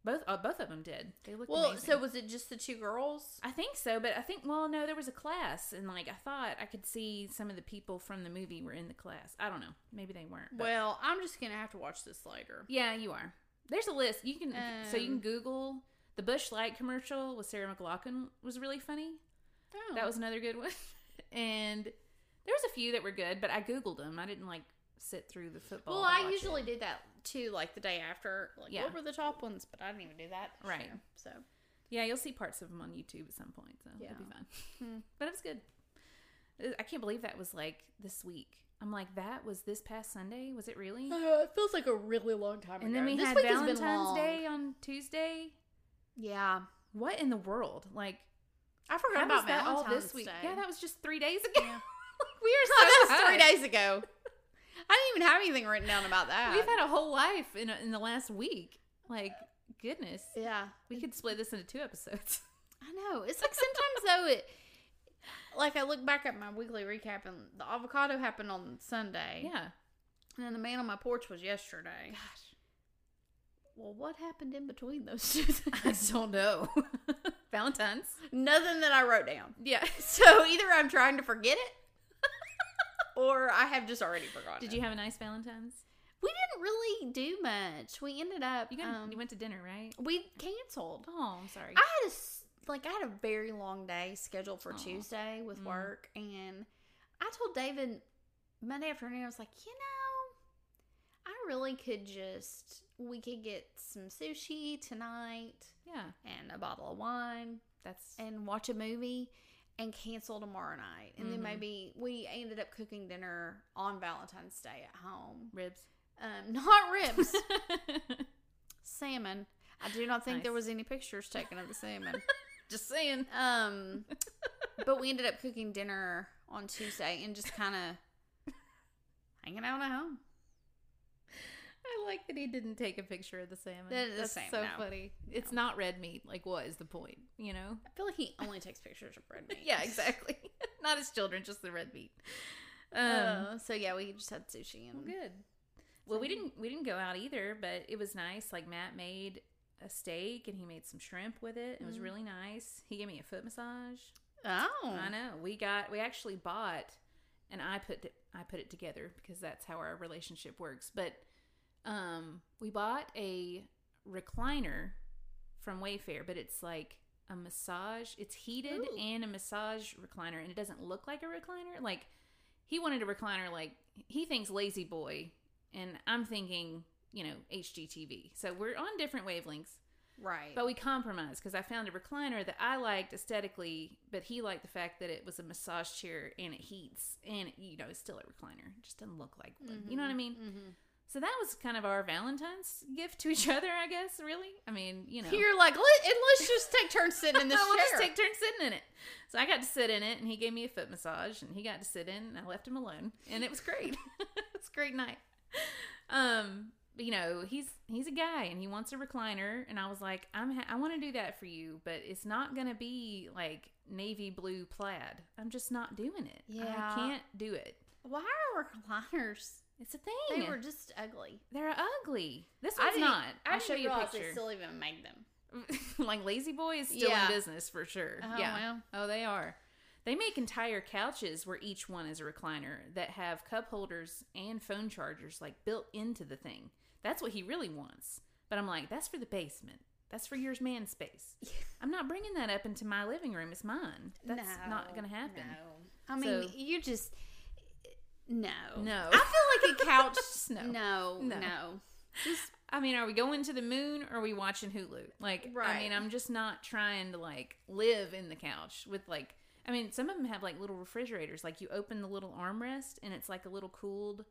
Both uh, both of them did. They looked Well, amazing. so was it just the two girls? I think so, but I think well, no, there was a class, and like I thought I could see some of the people from the movie were in the class. I don't know, maybe they weren't. but- Well, I'm just gonna have to watch this later. Yeah, you are. There's a list. You can so you can Um, Google the Bush Light commercial with Sarah McLaughlin was really funny. Oh. That was another good one. and there was a few that were good, but I googled them. I didn't like sit through the football. well, to I watch usually it. do that too, like the day after. Like, Yeah. what were the top ones? But I didn't even do that. this Right. year, so yeah, you'll see parts of them on YouTube at some point, so Yeah. it'll be fun. Hmm. But it was good. Uh, I can't believe that was like this week. I'm like that was this past Sunday. Was it really? Uh, it feels like a really long time And ago. then we this had week has been Valentine's long. Day on Tuesday. Yeah, What in the world? Like I forgot How about was that all Valentine's this week? Day. Yeah, that was just three days ago. Yeah. we are so Oh, that was three high. days ago. I didn't even have anything written down about that. We've had a whole life in in the last week. Like goodness, yeah, we could split this into two episodes. I know. It's like sometimes though it, like I look back at my weekly recap and the avocado happened on Sunday. yeah. and then the man on my porch was yesterday. Gosh, Well, what happened in between those two? I Things? don't know. Valentine's. Nothing that I wrote down. Yeah. So either I'm trying to forget it or I have just already forgotten. Did you have a nice Valentine's? We didn't really do much. We ended up. You got um, you went to dinner, right? we canceled. Oh, I'm sorry. I had a s- like I had a very long day scheduled for Aw. Tuesday with Mm. work, and I told David Monday afternoon I was like, you know, I really could just we could get some sushi tonight yeah, and a bottle of wine that's and watch a movie and cancel tomorrow night, and Mhm. then maybe we ended up cooking dinner on Valentine's Day at home. ribs. Um, not ribs, salmon. I do not think there Nice. was any pictures taken of the salmon. Just saying. Um, but we ended up cooking dinner on Tuesday and just kind of hanging out at home. I like that he didn't take a picture of the salmon. The- the that's salmon, so no. funny. It's not red meat. Like, what is the point? You know? I feel like he only takes pictures of red meat. Yeah, exactly. not his children, just the red meat. Um, Uh, so yeah, we just had sushi well, and good. Well, we So- didn't we didn't go out either, but it was nice. Like Matt made a steak and he made some shrimp with it. It was Mhm. really nice. He gave me a foot massage. oh, I know. We got we actually bought and I put it- I put it together because that's how our relationship works. But um we bought a recliner from Wayfair, but it's like a massage. It's heated Ooh. and a massage recliner and it doesn't look like a recliner. Like he wanted a recliner like he thinks lazy boy and I'm thinking, you know, HGTV. So we're on different wavelengths. right. But we compromised because I found a recliner that I liked aesthetically, but he liked the fact that it was a massage chair and it heats and you know it's still a recliner. It just doesn't look like one. Mm-hmm. You know what I mean? So that was kind of our Valentine's gift to each other, I guess. Really, I mean, you know, You're like, Let, and let's just take turns sitting in this we'll chair. just take turns sitting in it. So I got to sit in it, and he gave me a foot massage, and he got to sit in, and I left him alone, and it was great. it's a great night. Um, but, you know, he's he's a guy, and he wants a recliner, and I was like, I'm ha- I want to do that for you, but it's not gonna be like navy blue plaid. I'm just not doing it. I Yeah. can't do it. Why are recliners? It's a They thing. They were just ugly. are ugly. This I one's didn't- e- not. I I'll show didn't you a realize picture. They still even made them. like Lazy Boy is still Yeah. in business for sure. Oh, yeah. well. Oh, they are. They make entire couches where each one is a recliner that have cup holders and phone chargers like built into the thing. That's what he really wants. But I'm like, that's for the basement. That's for yours man space. I'm not bringing that up into my living room. It's mine. That's not going to happen. No. I mean, So- you just no. No. I feel like a couch. Just no. No. No. No. I mean, are we going to the moon or are we watching Hulu? Like, I Right. mean, I'm just not trying to like live in the couch with like, I mean, some of them have like little refrigerators. Like, you open the little armrest and it's like a little cooled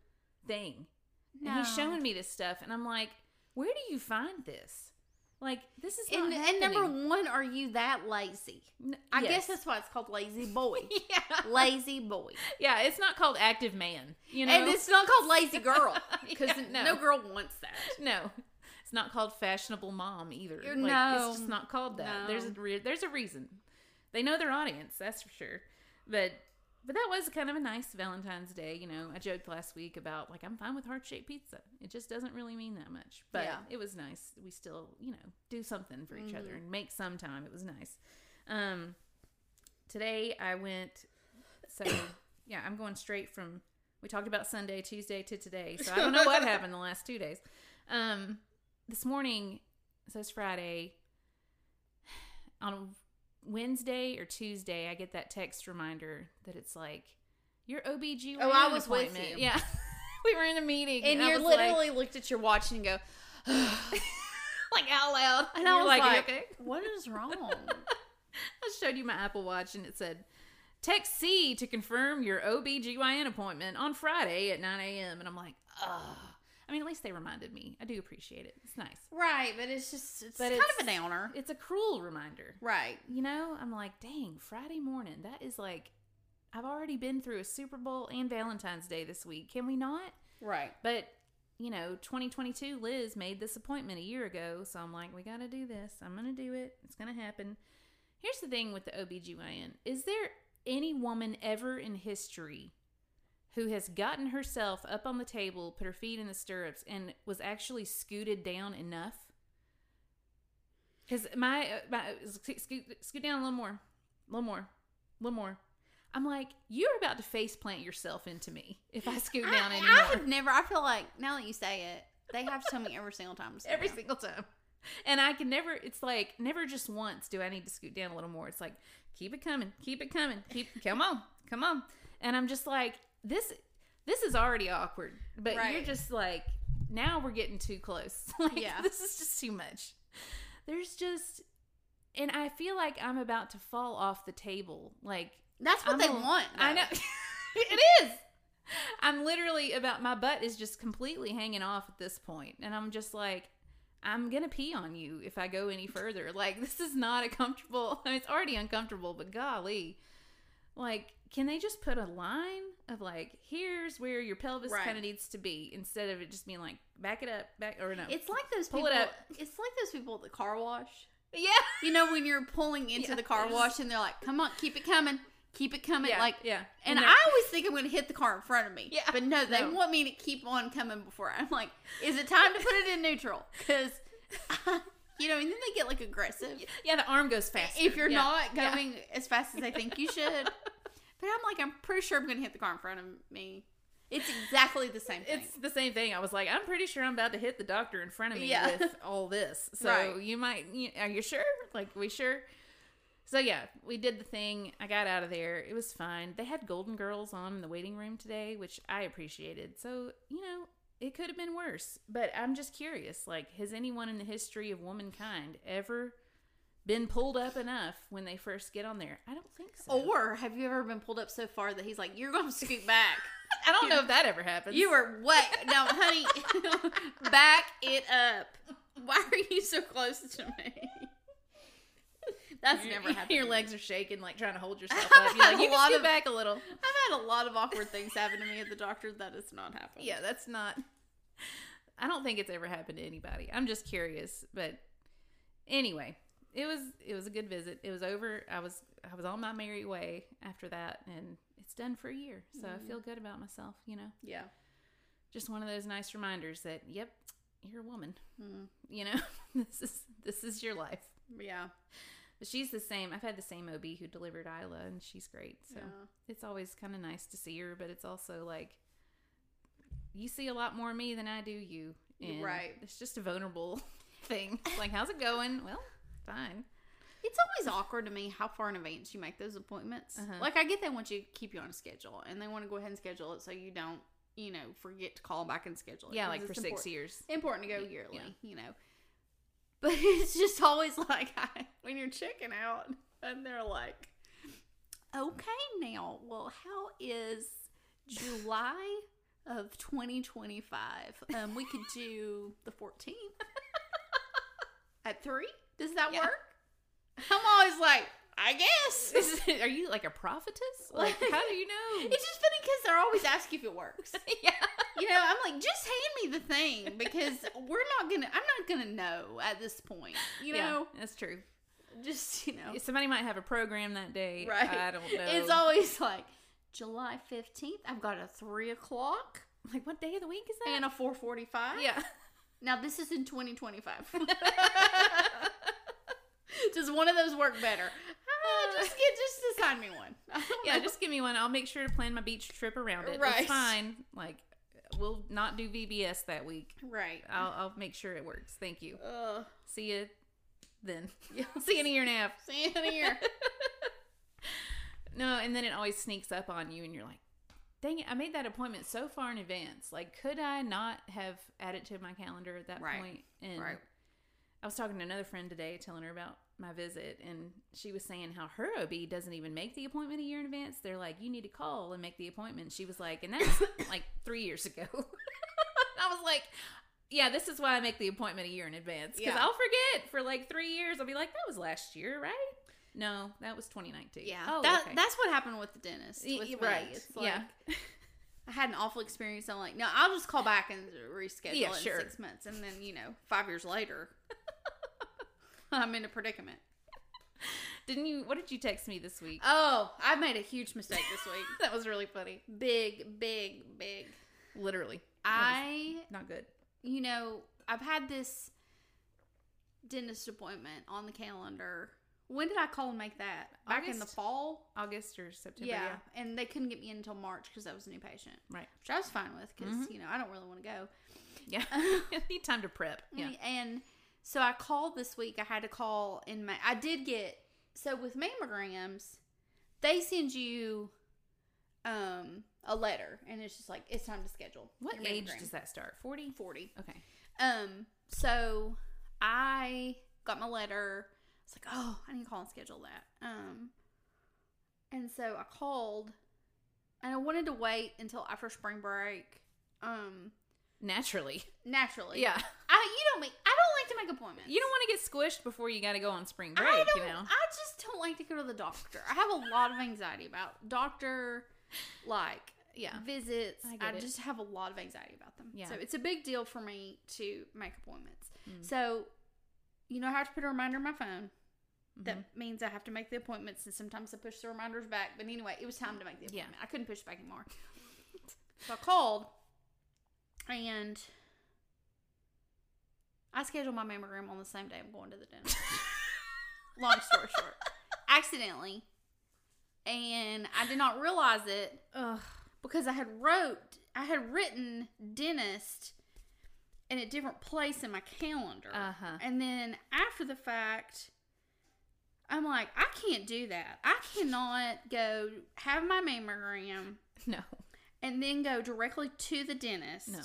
thing. And he's showing me this stuff, and I'm like, where do you find this? Like, this is And, not and number happening. one, are you that lazy? N- I yes. guess that's why it's called lazy boy. yeah, lazy boy, yeah. It's not called active man, you know. and it's not called lazy girl because Yeah, no. no. girl wants that. no, it's not called fashionable mom either. You're- Like, no. it's just not called that. There's a No. re- there's a reason. They know their audience, that's for sure. But but that was kind of a nice Valentine's Day. You know, I joked last week about like I'm fine with heart shaped pizza. It just doesn't really mean that much. But Yeah. it was nice. We still you know do something for each other Mhm. and make some time. It was nice. Um, today I went. So yeah, I'm going straight from. We talked about Sunday, Tuesday to today. So I don't know what happened the last two days. Um, this morning, so it's Friday. On Wednesday or Tuesday, I get that text reminder that it's like your OBGYN Oh, I was with appointment. you. Yeah. we were in a meeting. And, I you was like- literally looked at your watch and go, like, out loud. and You're I was like, "Are you okay? "What is wrong?" I showed you my Apple Watch and it said, Text C to confirm your OBGYN appointment on Friday at 9 a.m. And I'm like, ugh. I mean, at least they reminded me. I do appreciate it. It's nice. right, but it's just it's But kind it's- of a downer. It's a cruel reminder. Right. You know, I'm like, dang, Friday morning. That is like, I've already been through a Super Bowl and Valentine's Day this week. Can we not? Right. But, you know, 2022, Liz made this appointment a year ago. So I'm like, we got to do this. I'm going to do it. It's going to happen. Here's the thing with the OBGYN Is there any woman ever in history who has gotten herself up on the table, put her feet in the stirrups, and was actually scooted down enough? Because my, uh, my scoot, scoot, scoot down a little more, a little more, a little more. I'm like, you're about to face plant yourself into me if I scoot down I, anymore. I have never. I feel like now that you say it, they have to tell me every single time. to every slow down. single time. And I can never. It's like never just once do I need to scoot down a little more. It's like keep it coming, keep it coming, keep come on, come on. And I'm just like this. This is already awkward, but you're Right. just like now we're getting too close. like Yeah. this is just too much. There's just, and I feel like I'm about to fall off the table. Like That's what I'm they a- want. I though. know it is. I'm literally about my butt is just completely hanging off at this point, and I'm just like, I'm gonna pee on you if I go any further. Like this is not a comfortable. I mean, it's already uncomfortable, but golly, like can they just put a line of like, here's where your pelvis Right. kind of needs to be instead of it just being like, back it up, back or no, It's like those Pull it people. up. It's like those people at the car wash. yeah, You know, when you're pulling into Yeah, the car there's- wash and they're like, "Come on, keep it coming, keep it coming." yeah, Like, yeah, and they're- I always think I'm going to hit the car in front of me. Yeah. but no, they No. want me to keep on coming before I'm like, "Is it time to put it in neutral?" Because you know, and then they get like aggressive. yeah, the arm goes faster if you're Yeah, not yeah. going as fast as I think you should. but I'm like, I'm pretty sure I'm going to hit the car in front of me. It's exactly the same thing. It's the same thing. I was like, I'm pretty sure I'm about to hit the doctor in front of me Yeah. with all this. So Right. you might, you, are you sure? Like, we sure? So yeah, we did the thing. I got out of there. It was fine. They had Golden Girls on in the waiting room today, which I appreciated. So, you know, it could have been worse. But I'm just curious. Like, has anyone in the history of womankind ever been pulled up enough when they first get on there? I don't think so. or have you ever been pulled up so far that he's like, you're going to scoot back? I don't know if that ever happens. you were way. No, honey, back it up. Why are you so close to me? That's Your- never happened. Your to me. legs are shaking, like trying to hold yourself I've up. You're had like, a you can lot scoot of- back a little. I've had a lot of awkward things happen to me at the doctor that has not happened. Yeah, that's not. I don't think it's ever happened to anybody. I'm just curious, but anyway, it was it was a good visit. It was over. I was I was on my merry way after that, and it's done for a year. So I Mhm. feel good about myself. You know, Yeah. just one of those nice reminders that yep, you're a woman. Mm, You know, this is this is your life. yeah. But she's the same. I've had the same OB who delivered Isla, and she's great. So. yeah. it's always kind of nice to see her, but it's also like you see a lot more of me than I do you. And Right. It's just a vulnerable thing. It's like, how's it going? Well, fine. It's always awkward to me how far in advance you make those appointments. Uh-huh. Like I get they want you to keep you on a schedule and they want to go ahead and schedule it so you don't, you know, forget to call back and schedule it. yeah, 'cause like for it's six important, years. Important to go Yeah. yearly, you know. But it's just always like when you're checking out and they're like, "Okay, now, well, how is July of 2025? Um, we could do the 14th at three. Does that Yeah. work?" I'm always like, I guess. It's Is- Are you like a prophetess? Like, how do you know? just funny because they're always asking if it works. yeah. You know, I'm like, just hand me the thing because we're not gonna. I'm not gonna know at this point. You Yeah, know, that's true. just you know, Somebody might have a program that day. Right. I don't know. it's always like July 15th. I've got a three o'clock like, what day of the week is that? and a 4:45. yeah. Now this is in 2025. Does one of those work better? Ah, just get just assign me one. I don't Yeah, know. just give me one. I'll make sure to plan my beach trip around it. Right. It's fine. Like, we'll not do VBS that week. right. I'll, I'll make sure it works. Thank you. Ugh. See you then. Yeah. See you in a year and a half. See you in a year. No, and then it always sneaks up on you, and you're like, dang it, I made that appointment so far in advance. Like, could I not have added to my calendar at that Right. point? And Right. I was talking to another friend today, telling her about my visit, and she was saying how her OB doesn't even make the appointment a year in advance. They're like, you need to call and make the appointment. She was like, and that's like three years ago. I was like, yeah, this is why I make the appointment a year in advance because Yeah. I'll forget for like three years. I'll be like, that was last year, right? No, that was 2019. Yeah. Oh, that, okay. That's what happened with the dentist. Y- With y- me. right. It's like, Yeah. I had an awful experience. I'm like, no, I'll just call back and reschedule Yeah, it sure. in six months. And then, you know, five years later, I'm in a predicament. Didn't you? What did you text me this week? Oh, I made a huge mistake this week. that was really funny. big, big, big. Literally, I, not good. you know, I've had this dentist appointment on the calendar. When did I call and make that? Back in the August? fall? August or September. yeah. Yeah. And they couldn't get me in until March because I was a new patient. Right. Which I was fine with because, Mhm. you know, I don't really want to go. Yeah. Need time to prep. Yeah. And so I called this week. I had to call in my. I did get so with mammograms, they send you um a letter, and it's just like it's time to schedule. What your age mammogram. does that start? 40? Forty. Okay. Um. So I got my letter. It's like, oh, I need to call and schedule that. Um. And so I called, and I wanted to wait until after spring break. Um. Naturally. Naturally. I Yeah. you don't make. I don't like to make appointments. You don't want to get squished before you got to go on spring break, I don't, you know? I just don't like to go to the doctor. I have a lot of anxiety about doctor, like Yeah. visits. I I, get it. just have a lot of anxiety about them. Yeah. So it's a big deal for me to make appointments. Mm. So, you know, I have to put a reminder on my phone. Mhm. That means I have to make the appointments, and sometimes I push the reminders back. But anyway, it was time to make the Yeah. appointment. I couldn't push back anymore. so I called, and I scheduled my mammogram on the same day I'm going to the dentist. Long story short, accidentally, and I did not realize it Ugh. because I had wrote I had written dentist in a different place in my calendar. Uh-huh. And then after the fact, I'm like, I can't do that. I cannot go have my mammogram No. and then go directly to the dentist. No.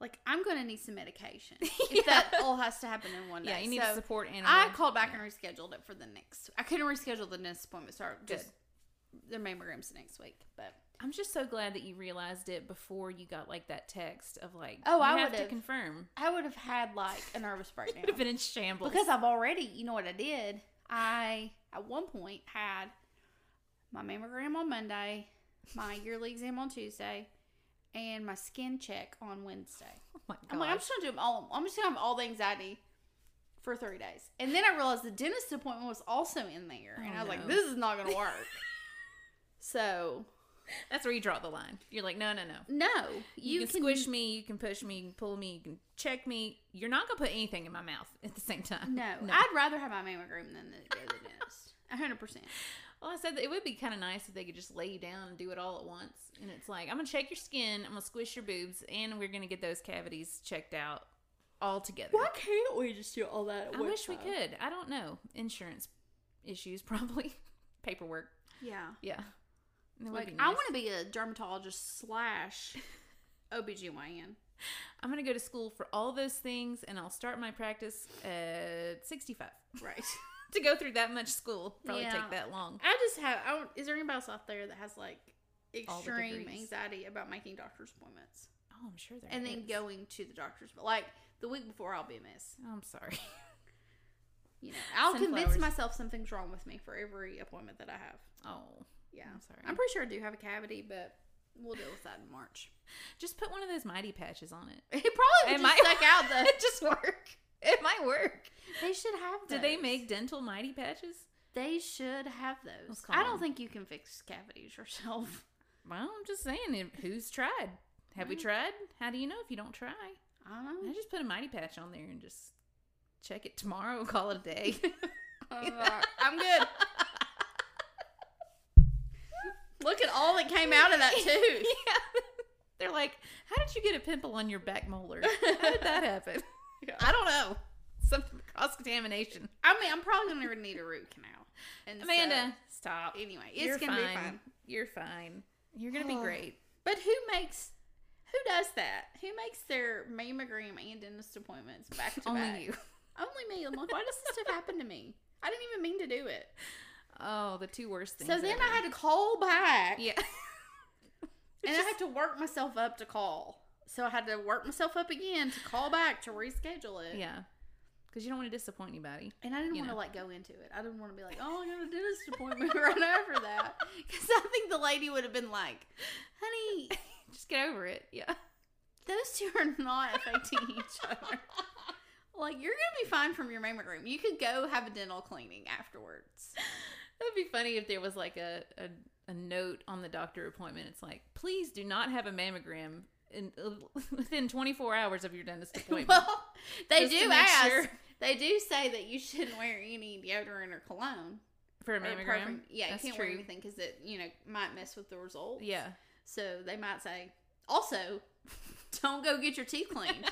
Like I'm going to need some medication if that all has to happen in one day. Yeah, you need So to support animal. I called back and rescheduled it for the next. I couldn't reschedule the dentist appointment, so I just the mammograms the next week. But I'm just so glad that you realized it before you got like that text of like, Oh, you I have to would've. confirm. I would have had like a nervous breakdown Would have been in shambles because I've already, you know what I did? I at one point had my mammogram on Monday, my yearly exam on Tuesday, and my skin check on Wednesday. oh my I'm like, I'm gosh. just gonna do 'em all. I'm just gonna have all the anxiety for three days, and then I realized the dentist appointment was also in there, and Oh, I was like, no. this is not gonna work. so That's where you draw the line. You're like, no, no, no. no, You, can, squish me, you can push me, you can pull me, you can check me. You're not gonna put anything in my mouth at the same time. No, I'd rather have my mammogram than the, go to the dentist. A hundred percent. Well, I said that it would be kind of nice if they could just lay you down and do it all at once. And it's like, I'm gonna check your skin, I'm gonna squish your boobs, and we're gonna get those cavities checked out all together. can't we just do all that? I wish we could. I don't know. Insurance issues, probably. Paperwork. Yeah. Yeah. It would Like be I nice. want to be a dermatologist slash OBGYN. I'm going to go to school for all those things and I'll start my practice at 65. Right. to go through that much school probably Yeah. take that long. I just have. I don't, is there anybody else out there that has like All the extreme degrees. anxiety about making doctor's appointments Oh, I'm sure there and then is. going to the doctor's? But like the week before, I'll be a mess. Oh, I'm sorry. You know, I'll convince Sunflowers. myself something's wrong with me for every appointment that I have. Oh. Yeah, I'm sorry. I'm pretty sure I do have a cavity, but we'll deal with that in March. Just put one of those mighty patches on it. It probably It would might- just stuck out the. It just work. It might work. They should have. Do they those. make dental mighty patches? They should have those. Let's call I don't them. think you can fix cavities yourself. Well, I'm just saying, if- who's tried? Have we Well. tried? How do you know if you don't try? I don't I know. just put a mighty patch on there and just check it tomorrow, call it a day. I'm not- I'm good. Look at all that came out of that tooth. yeah. They're like, how did you get a pimple on your back molar? How did that happen? Yeah. I don't know. Some cross contamination. I mean, I'm probably gonna need a root canal. And so- Amanda, stop. anyway, it's You're gonna be fine. You're fine. You're gonna be Oh. great. But who makes? Who does that? Who makes their mammogram and dentist appointments back to Only back? you. Only me. I'm like, why does this stuff happen to me? I didn't even mean to do it. Oh, the two worst things. So then I had to call back. yeah. and I had to work myself up to call. So I had to work myself up again to call back to reschedule it. yeah, because you don't want to disappoint anybody. And I didn't You want to know. like go into it. I didn't want to be like, oh, I got a dentist appointment right after that. Because I think the lady would have been like, honey, Just get over it. Yeah. those two are not affecting each other. Like, you're going to be fine from your mammogram. You could go have a dental cleaning afterwards. That'd be funny if there was like a, a, a note on the doctor appointment. It's like, please do not have a mammogram in, uh, within 24 hours of your dentist appointment. well, they Just to do make ask. sure. They do say that you shouldn't wear any deodorant or cologne. for a Or mammogram. perfume. Yeah, That's you can't wear true. anything because it you know might mess with the results. Yeah. So they might say, also, don't go get your teeth cleaned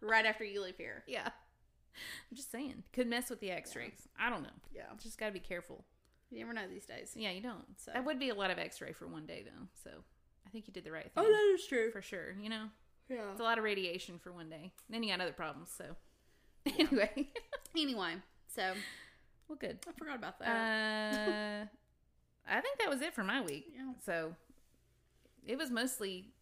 right after you leave here. Yeah. I'm just saying. Could mess with the x rays. I don't know. Yeah, Just got to be careful. you never know these days. Yeah, you don't. So- That would be a lot of x ray for one day, though. So I think you did the right thing. Oh, that is true. For sure. You know, Yeah. it's a lot of radiation for one day. Then you got other problems. So anyway, Anyway, so well, good. I forgot about Uh, that. I think that was it for my week. Yeah. So it was mostly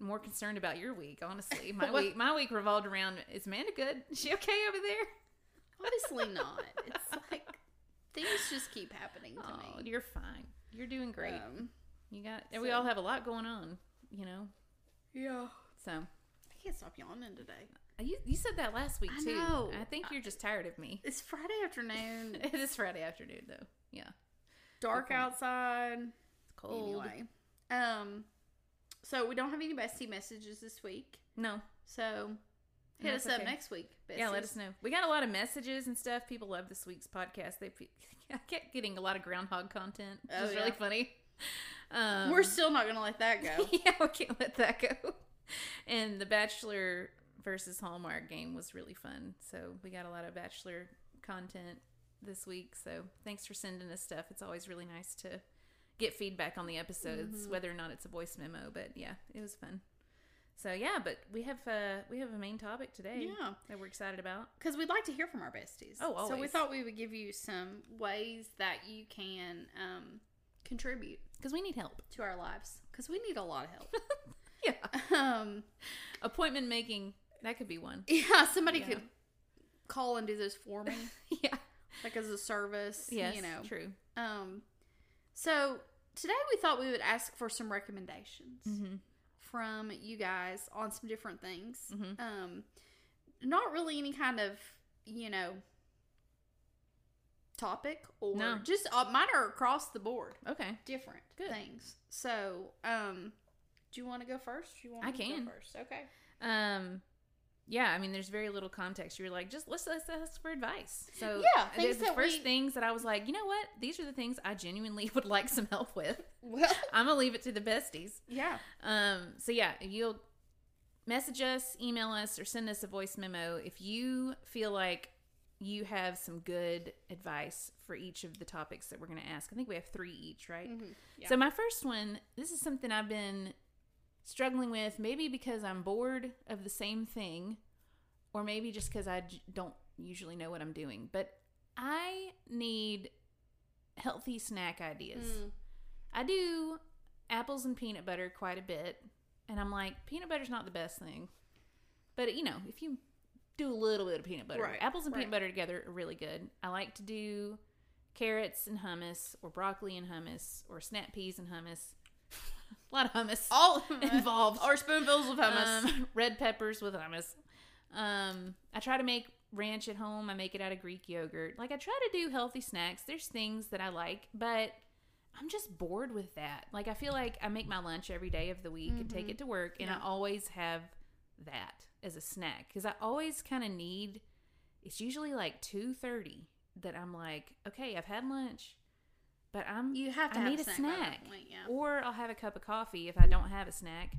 more concerned about your week, honestly. My What? week my week revolved around is Amanda good? Is she okay over there? Obviously not. It's like things just keep happening to Oh, me. you're fine. You're doing great. Um, you got and we so- all have a lot going on, you know. yeah. So uh, I can't stop yawning today. you you said that last week I too. know. I think you're just tired of me. It's Friday afternoon. it is Friday afternoon though. Yeah. Dark Okay. outside. It's cold. Anyway, um, so we don't have any bestie messages this week. No. So And hit that's us up okay. next week. Besties. Yeah, let us know. We got a lot of messages and stuff. People love this week's podcast. They I kept getting a lot of groundhog content, which Oh, is really yeah. funny. Um, We're still not gonna let that go. yeah, we can't let that go. And the Bachelor versus Hallmark game was really fun. So we got a lot of Bachelor content this week. So thanks for sending us stuff. It's always really nice to get feedback on the episodes, Mhm. whether or not it's a voice memo. But yeah, it was fun. So yeah, but we have uh, we have a main topic today yeah, that we're excited about. because we'd like to hear from our besties. Oh, so we always. thought we would give you some ways that you can um, contribute Because we need help. to our lives because we need a lot of help. Yeah. um, Appointment making, that could be one. yeah, somebody Yeah. could call and do those for me, yeah. like as a service. Yes. you know. True. Um, so today we thought we would ask for some recommendations. Mm-hmm. from you guys on some different things. Mhm. Um, not really any kind of you know topic or No. just uh, mine are across the board Okay. different Good. things. So, um, do you want to go first? Do you want I me to go can. first? Okay. Um, yeah, I mean, there's very little context. You're like, just let's let's ask for advice. So uh, Yeah, the, things the that first we- things that I was like, you know what? These are the things I genuinely would like some help with. Well, I'm gonna leave it to the besties. yeah, Um, so yeah, if you'll message us, email us, or send us a voice memo if you feel like you have some good advice for each of the topics that we're going to ask. I think we have three each, right? Mhm. Yeah. So my first one, this is something I've been struggling with, maybe because I'm bored of the same thing, or maybe just because I j- don't usually know what I'm doing. But I need healthy snack ideas. Mm. I do apples and peanut butter quite a bit, and I'm like, peanut butter's not the best thing, but you know, if you do a little bit of peanut butter, Right, apples and peanut right. butter together are really good. I like to do carrots and hummus, or broccoli and hummus, or snap peas and hummus. a lot of hummus all involved. or spoonfuls of hummus. Um, red peppers with hummus. Um, I try to make ranch at home. I make it out of Greek yogurt. Like I try to do healthy snacks. There's things that I like, but I'm just bored with that. Like I feel like I make my lunch every day of the week and take it to work, and Mm-hmm. Yeah. I always have that as a snack because I always kind of need. It's usually like two thirty that I'm like, okay, I've had lunch, but I'm you have to I have need a a snack. by that snack. point, yeah. or I'll have a cup of coffee if I don't have a snack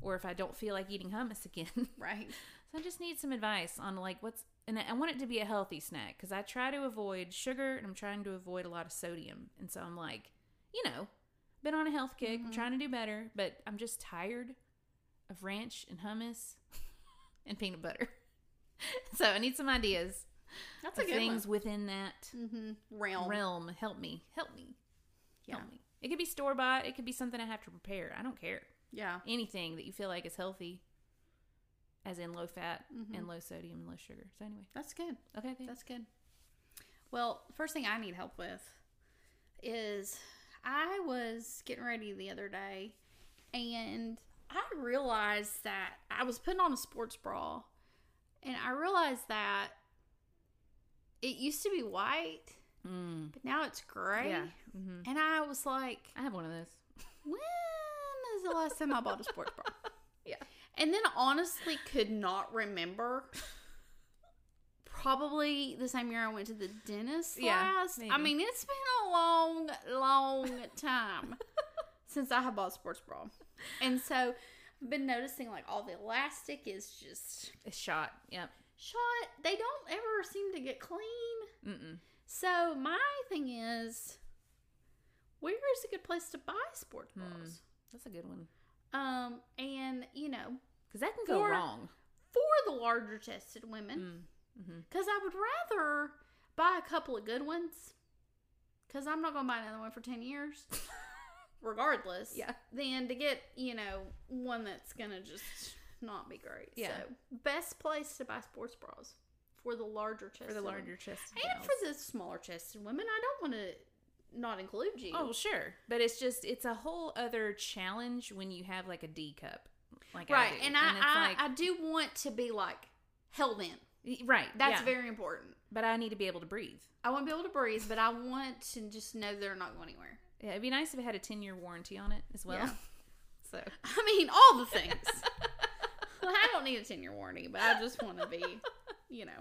or if I don't feel like eating hummus again. so Right. I just need some advice on like what's and I I want it to be a healthy snack cuz I try to avoid sugar and I'm trying to avoid a lot of sodium. And so I'm like, you know, been on a health kick, Mm-hmm. I'm trying to do better, but I'm just tired of ranch and hummus and peanut butter. so I need some ideas. That's of things within that hmm Realm. realm. Help me. Help me. Yeah. Help me. It could be store bought. It could be something I have to prepare. I don't care. Yeah. Anything that you feel like is healthy, as in low fat and low sodium and low sugar. So anyway, That's good. okay, thanks. Mm-hmm. That's good. Well, first thing I need help with is I was getting ready the other day and I realized that I was putting on a sports bra and I realized that it used to be white, Mm. but now it's gray. Yeah. hmm And I was like, I have one of those. when is the last time I bought a sports bra? Yeah. And then honestly could not remember. Probably the same year I went to the dentist Yeah, last. I maybe. mean, it's been a long, long time since I have bought a sports bra. And so I've been noticing like all the elastic is just It's shot. Yep. shot. They don't ever seem to get clean. Mm-mm. So my thing is, where is a good place to buy sports Hmm. bras? That's a good one. Um, and you know, Because that can go For- wrong. for the larger chested women, Mm, mm-hmm. because I would rather buy a couple of good ones, because I'm not going to buy another one for ten years, regardless. Yeah. Than to get you know one that's gonna just not be great. Yeah. So best place to buy sports bras for the larger chested For the larger chest. and for the smaller chested women. I don't want to not include you. Oh, sure. But it's just, it's a whole other challenge when you have like a D cup. Like right I do. and i it's I, like, I do want to be like held in y- right. that's yeah. very important But I need to be able to breathe. i want to be able to breathe but i want to just know they're not going anywhere Yeah, it'd be nice if it had a 10 year warranty on it as well. Yeah. So, i mean all the things well i don't need a 10 year warranty but i just want to be you know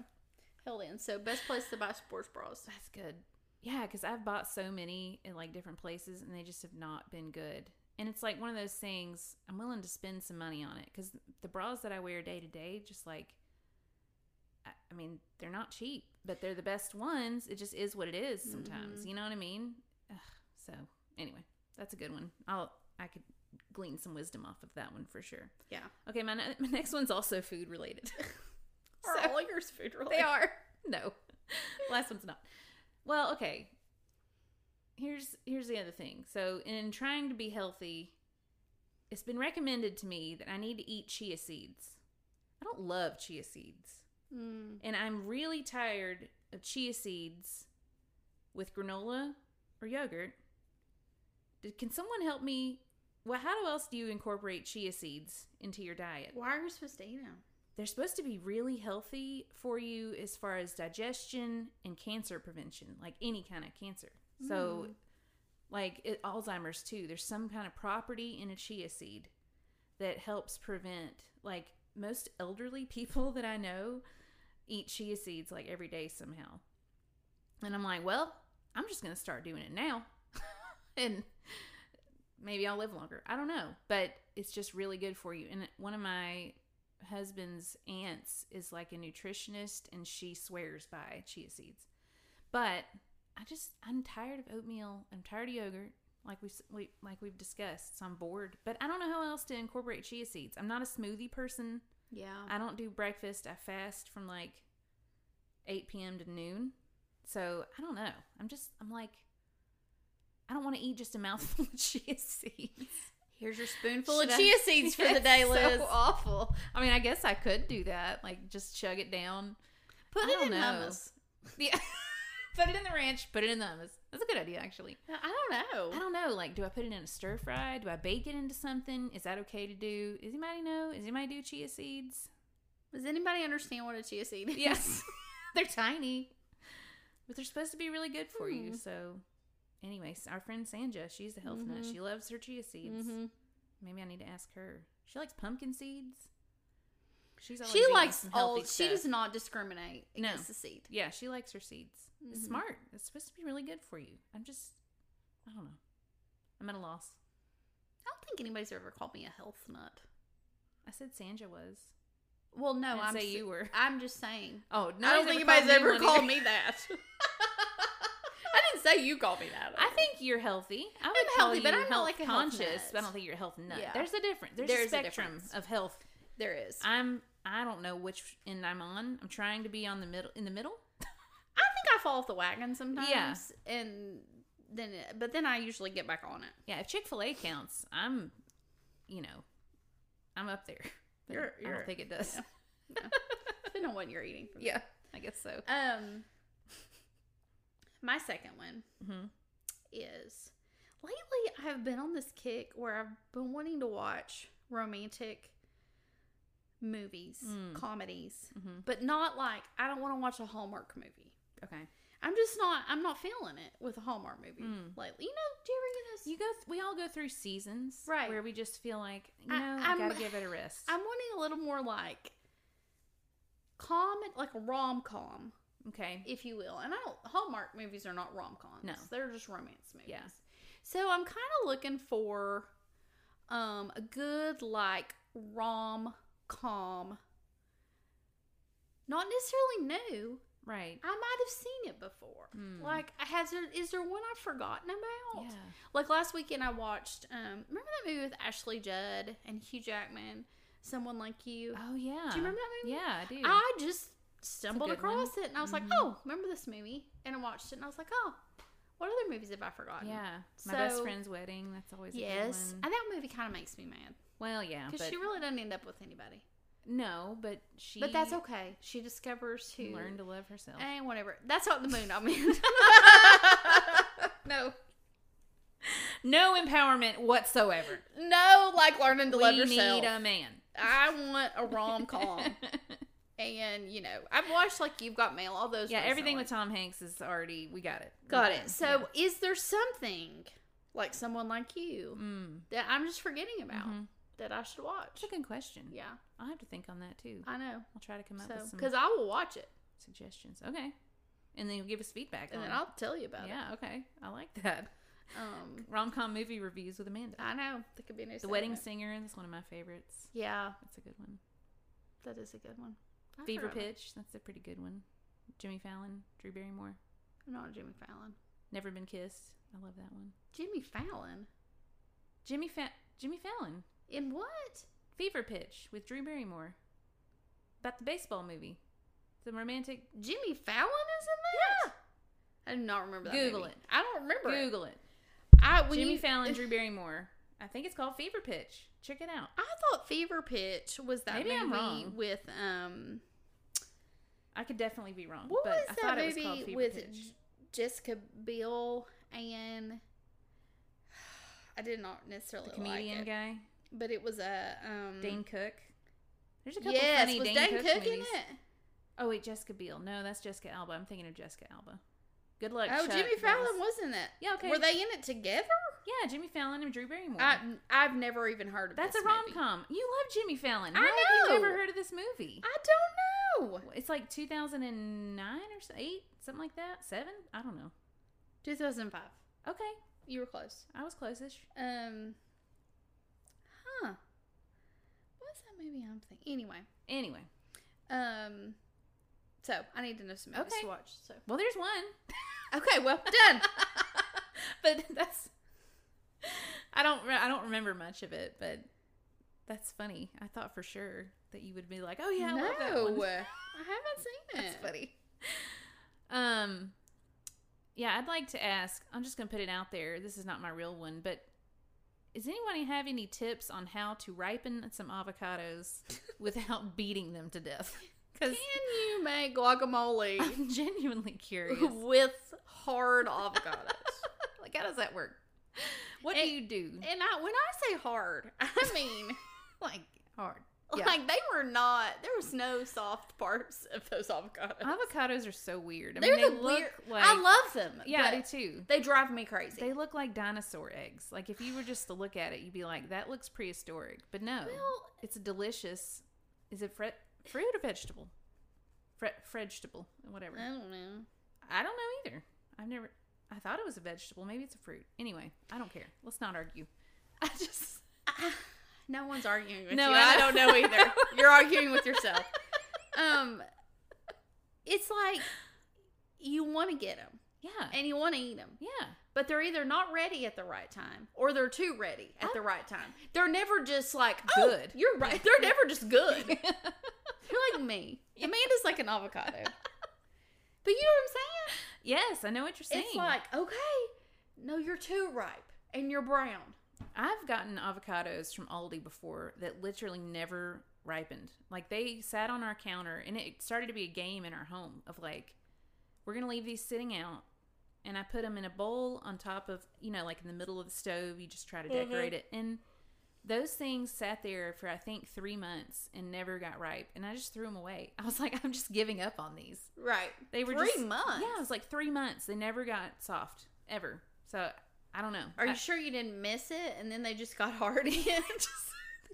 held in so best place to buy sports bras That's good. Yeah, because I've bought so many in like different places and they just have not been good. And it's like one of those things I'm willing to spend some money on it because the bras that I wear day to day, just like, I, I mean, they're not cheap, but they're the best ones. It just is what it is sometimes. You know what I mean? Ugh, so anyway, that's a good one. I'll I could glean some wisdom off of that one for sure. yeah Okay, my, ne- my next one's also food related. are So- all yours food related They are. No. Last one's not. Well, okay. Here's here's the other thing. So, in trying to be healthy, it's been recommended to me that I need to eat chia seeds. I don't love chia seeds, mm, and I'm really tired of chia seeds with granola or yogurt. Did, can someone help me? Well, how do else do you incorporate chia seeds into your diet? why are you supposed to eat them they're supposed to be really healthy for you as far as digestion and cancer prevention, like any kind of cancer. So, like it, Alzheimer's too, there's some kind of property in a chia seed that helps prevent, like, most elderly people that I know eat chia seeds like every day somehow. And I'm like, well, I'm just going to start doing it now. and maybe I'll live longer. I don't know. But it's just really good for you. And one of my husband's aunts is like a nutritionist and she swears by chia seeds. But I just I'm tired of oatmeal. I'm tired of yogurt. Like we, s- we like we've discussed, so I'm bored. But I don't know how else to incorporate chia seeds. I'm not a smoothie person. yeah I don't do breakfast. I fast from like 8 p.m. to noon. So I don't know. I'm just, I'm like, I don't want to eat just a mouthful of chia seeds. here's your spoonful of Should I- chia seeds for the It's day liz so awful. I mean, I guess I could do that. Like, just chug it down. put I it don't in know. hummus Yeah. put it in the ranch. Put it in the hummus. That's a good idea, actually. i don't I know don't know. Like, do I put it in a stir fry? Do I bake it into something? Is that okay to do? Does anybody know? Does anybody do chia seeds? does anybody understand what a chia seed is Yes. they're tiny. But they're supposed to be really good for you. Hmm. So, anyways, our friend Sanja, she's a health nut. Mhm. She loves her chia seeds. Mhm. Maybe I need to ask her. She likes pumpkin seeds. She's always She eating likes some healthy all. She stuff. does not discriminate No. against the seed. Yeah, she likes her seeds. It's Mhm. smart. It's supposed to be really good for you. I'm just, I don't know. I'm at a loss. I don't think anybody's ever called me a health nut. I said Sanja was. Well, no, I didn't I'm. say s- you were. I'm just saying. Oh, I don't think anybody's ever called me that. I didn't say you called me that. I think you're healthy. I would I'm call healthy, you but I'm not health like a health conscious, nut. but I don't think you're a health nut. Yeah. There's a difference. There's There a is a spectrum difference. of health. there is. I, I'm I don't know which end I'm on. I'm trying to be on the middle in the middle. think I fall off the wagon sometimes. And then, it- but then I usually get back on it. Yeah, if Chick Fil A counts, I'm, you know, I'm up there. But You're- I you're- don't think it does. Depending on what you're eating. from Yeah, I guess so. there. Um. My second one hmm is lately I've been on this kick where I've been wanting to watch romantic movies, Mm. comedies, Mhm. mm-hmm. but not like I don't want to watch a Hallmark movie. Okay. I'm just not. I'm not feeling it with a Hallmark movie Mm. lately. You know, do you ever get this? You go. Th- we all go through seasons, Right. Where we just feel like you know, I- I, I'm- gotta give it a rest. I'm wanting a little more like calm, like a rom com, okay. if you will. And I don't. Hallmark movies are not rom coms. No. they're just romance movies. Yeah. So I'm kind of looking for um a good like rom com. Not necessarily new. Right. I might have seen it before. Mm. Like, has there is there one I've forgotten about? Yeah. Like last weekend, I watched. Um, remember that movie with Ashley Judd and Hugh Jackman? Someone like you. Oh yeah. Do you remember that movie? Yeah, I do. I just stumbled good one. across it and I was like, Mhm. "Oh, remember this movie?" And I watched it and I was like, "Oh, what other movies have I forgotten?" yeah. My best So- friend's wedding. That's always Yes, A good and one. that movie kind of makes me mad Well, yeah, because but she really doesn't end up with anybody. no, but she. But that's okay. She discovers who Learn to love herself. and whatever. That's not the moon I mean. no, no empowerment whatsoever. no, like learning to love we yourself. need a man. I want a rom com, and you know, I've watched like You've Got Mail, all those. yeah, everything recently. with Tom Hanks is already. We got it. We Got it. yeah. So, is there something like someone like you Mm. that I'm just forgetting about Mhm. that I should watch? That's a good question. Yeah, I'll have to think on that too. I know. I'll try to come up So, with some because I will watch it suggestions. Okay. And then you give us feedback. and on then it. I'll tell you about Yeah, okay. I like that. it. Um, Rom com movie reviews with Amanda. I know that could be a new the Wedding segment. Singer is one of my favorites. Yeah, That's a good one. that is a good one. I Fever forgot about- Pitch. That's a pretty good one. Jimmy Fallon, Drew Barrymore. No, Jimmy Fallon. Never Been Kissed. I love that one. Jimmy Fallon Jimmy Fa- Jimmy Fallon. in what? Fever Pitch with Drew Barrymore. About the baseball movie. The romantic. Jimmy Fallon is in that. I do not remember that. Google movie. it. I don't remember. it. Google it. I when Jimmy you- Fallon, Drew Barrymore. I think it's called Fever Pitch. Check it out. I thought Fever Pitch was that Maybe movie I'm wrong. with um. I could definitely be wrong. What but was I that thought it was called movie Fever with Pitch. J- Jessica Biel and I did not necessarily the comedian like it, guy, but it was a um. Dane Cook. There's a couple yes, funny was Dane, Dane Cook, Cook, in movies. it? Oh wait, Jessica Biel. No, that's Jessica Alba. I'm thinking of Jessica Alba. Good luck. oh, Chuck, Jimmy Fallon Dallas. was in it. Yeah, okay. Were they in it together? Yeah, Jimmy Fallon and Drew Barrymore. I I've never even heard of that's this a rom movie. com. You love Jimmy Fallon. I How have you know. never heard of this movie? I don't know. It's like 2009 or so, eight, something like that. Seven? I don't know. 2005. Okay, You were close. I was closest. Um. Huh. What's that movie I'm thinking? Anyway. Anyway, Um. So I need to know some movies Okay. to watch. So well, there's one. okay, well done. but that's I don't re- I don't remember much of it, but that's funny. I thought for sure that you would be like, "Oh yeah, I love that one." I haven't seen it. That's funny. Um yeah, I'd like to ask. I'm just going to put it out there. This is not my real one, but does anyone have any tips on how to ripen some avocados without beating them to death? Cuz Can you make guacamole I'm genuinely curious. with hard avocados? like how does that work? Eh, What It- do you do? and I, when I say hard, I mean like hard. Yeah. like they were not. There was no soft parts of those avocados. Avocados are so weird. I They're mean, the they look weird- like I love them. yeah, I do but too. they drive me crazy. They look like dinosaur eggs. Like if you were just to look at it, you'd be like, "That looks prehistoric." But no, well, it's delicious. Is it fre- fruit or vegetable? Fre- vegetable, whatever. I don't know. I don't know either. I've never. I thought it was a vegetable. Maybe it's a fruit. Anyway, I don't care. Let's not argue. I just No one's arguing with No, you. I I don't know either. You're arguing with yourself. Um, it's like you want to get them yeah, and you want to eat them, yeah. but they're either not ready at the right time or they're too ready at the right time. They're never just like oh, Good. You're right. They're never just good. You're like me. Yeah. Amanda's like an avocado. But you know what I'm saying? Yes, I know what you're saying. It's like, okay, no, you're too ripe and you're brown. I've gotten avocados from Aldi before that literally never ripened. Like they sat on our counter and it started to be a game in our home of like we're going to leave these sitting out and I put them in a bowl on top of, you know, like in the middle of the stove, you just try to Mhm. decorate it and Those things sat there for I think three months and never got ripe, and I just threw them away. I was like, I'm just giving up on these. Right. They were three just- months. Yeah, it was like three months. They never got soft ever. So I don't know. Are I- you sure you didn't miss it and then they just got hard again?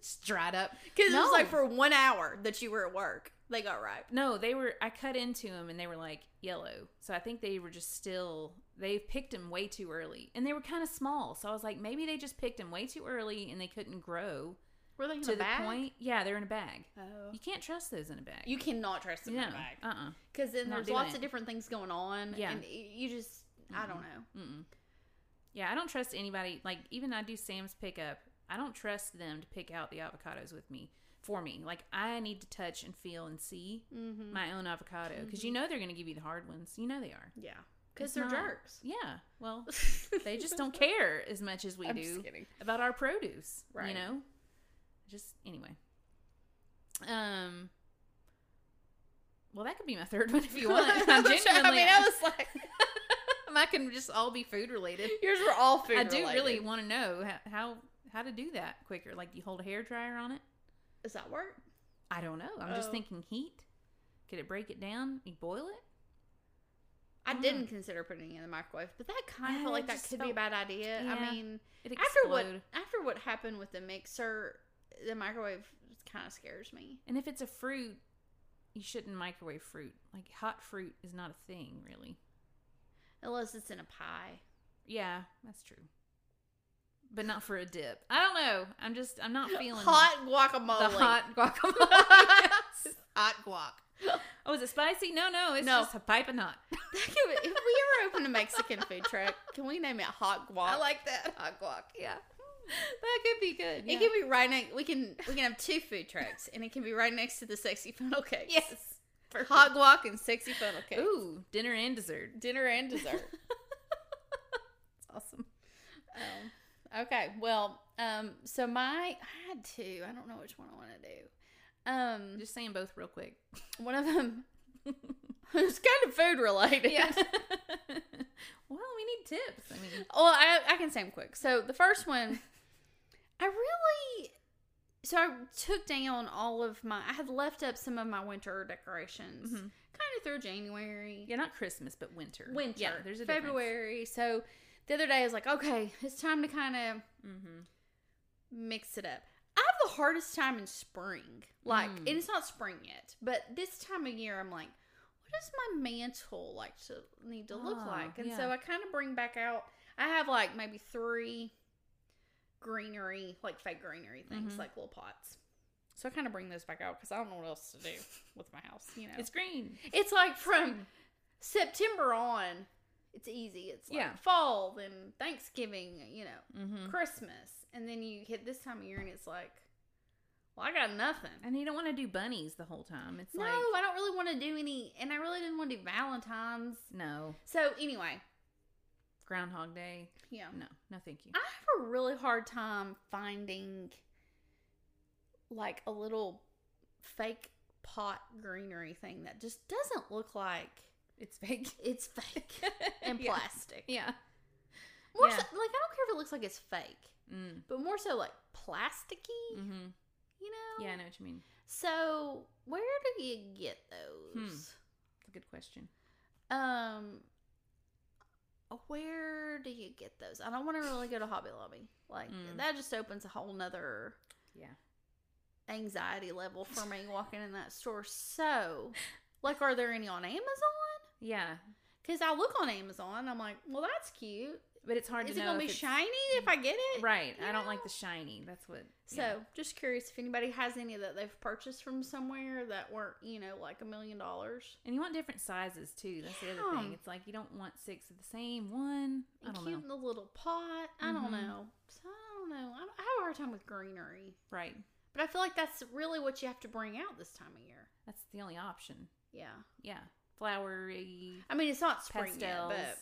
just dried up? Because it No. was like for one hour that you were at work, they got ripe. No, they were. I cut into them and they were like yellow. So I think they were just still. They picked them way too early, and they were kind of small. So I was like, maybe they just picked them way too early, and they couldn't grow Were they in to a the bag? point. Yeah, they're in a bag. Oh. You can't trust those in a bag. You cannot trust them no, in a bag. uh, uh Because then not there's doing lots it. of different things going on. Yeah. Mm-hmm. And y- you just, I don't know. Mm-mm. Yeah, I don't trust anybody. Like even I do Sam's pickup. I don't trust them to pick out the avocados with me for me. Like I need to touch and feel and see Mm-hmm. my own avocado because you know they're going to give you the hard ones. You know they are. Yeah. Because It's they're not- jerks. Yeah. Well, they just don't care as much as we I'm do just kidding. about our produce. Right. You know? Just anyway. Um well that could be my third one if you want. I'm Which, genuinely I mean, I was like, I can just all be food related. yours were all food. I do related. really want to know how, how how to do that quicker. Like you hold a hair dryer on it? Does that work? I don't know. I'm just Oh. thinking heat. Could it break it down? You boil it? I Mm. didn't consider putting it in the microwave, but that kind of Yeah, felt like that just could be a felt- bad idea. Yeah. I mean, It after what explode. after what happened with the mixer, the microwave kind of scares me. And if it's a fruit, you shouldn't microwave fruit. Like hot fruit is not a thing, really. Unless it's in a pie. Yeah, that's true. But not for a dip. I don't know. I'm just I'm not feeling Hot guacamole. the hot guacamole. hot guac. oh, is it spicy? No, no, it's No. just a piping hot. if we ever open a Mexican food truck, can we name it hot guac? like that hot guac. Yeah, that could be good. It can be right next. We can we can have two food trucks, and it can be right next to the sexy funnel cakes. yes. hot guac and sexy funnel cakes. Ooh, dinner and dessert. dinner and dessert. It's awesome. Um, okay, well, um, so my I had two. I don't know which one I want to do. Um, Just saying both real quick. one of them it's kind of food related. well, we need tips. I mean, Well, I, I can say them quick. So the first one, I really, so I took down all of my. I had left up some of my winter decorations, Mhm. kind of through January. yeah, not Christmas, but winter. Winter. Yeah, there's a February. So the other day I was like, okay, it's time to kind of Mm-hmm. mix it up. I have the hardest time in spring. Like, Mm. and it's not spring yet, but this time of year, I'm like, what does my mantle like to need to look Ah, like? And yeah. so I kind of bring back out. I have like maybe three greenery, like fake greenery things, Mhm. like little pots. So I kind of bring those back out because I don't know what else to do with my house. You know, It's green. it's like from September on, it's easy. It's like Yeah. fall, then Thanksgiving, you know, Mm-hmm. Christmas, and then you hit this time of year, and it's like, well, I got nothing. And you don't want to do bunnies the whole time. It's no, like I don't really want to do any, and I really didn't want to do Valentine's. no So anyway, Groundhog Day. yeah, No, no, thank you. I have a really hard time finding like a little fake pot greenery thing that just doesn't look like It's fake it's fake and yeah. plastic. Yeah. More Yeah. so, like I don't care if it looks like it's fake, Mm. but more so like plasticky, hmm you know? Yeah, I know what you mean. So where do you get Hmm. those? It's a good question. Um, where do you get those? I don't want to really go to Hobby Lobby. Like Mm. that just opens a whole nother Yeah. anxiety level for me walking in that store. So, like, are there any on Amazon? Yeah, Because I look on Amazon, I'm like, well, that's cute. but it's hard Is to it know. gonna if be it's- shiny if I get it? Right. You I don't know? like the shiny. That's what. So, yeah. just curious if anybody has any that they've purchased from somewhere that weren't, you know, like a million dollars. And you want different sizes too. That's the other thing. Yeah. It's like you don't want six of the same one. I and don't cute know. in the little pot. I Mhm. don't know. So I don't know. I, don't- I have a hard time with greenery, Right. but I feel like that's really what you have to bring out this time of year. That's the only option. Yeah, Yeah. Flowery. I mean it's not spring Pastels. yet,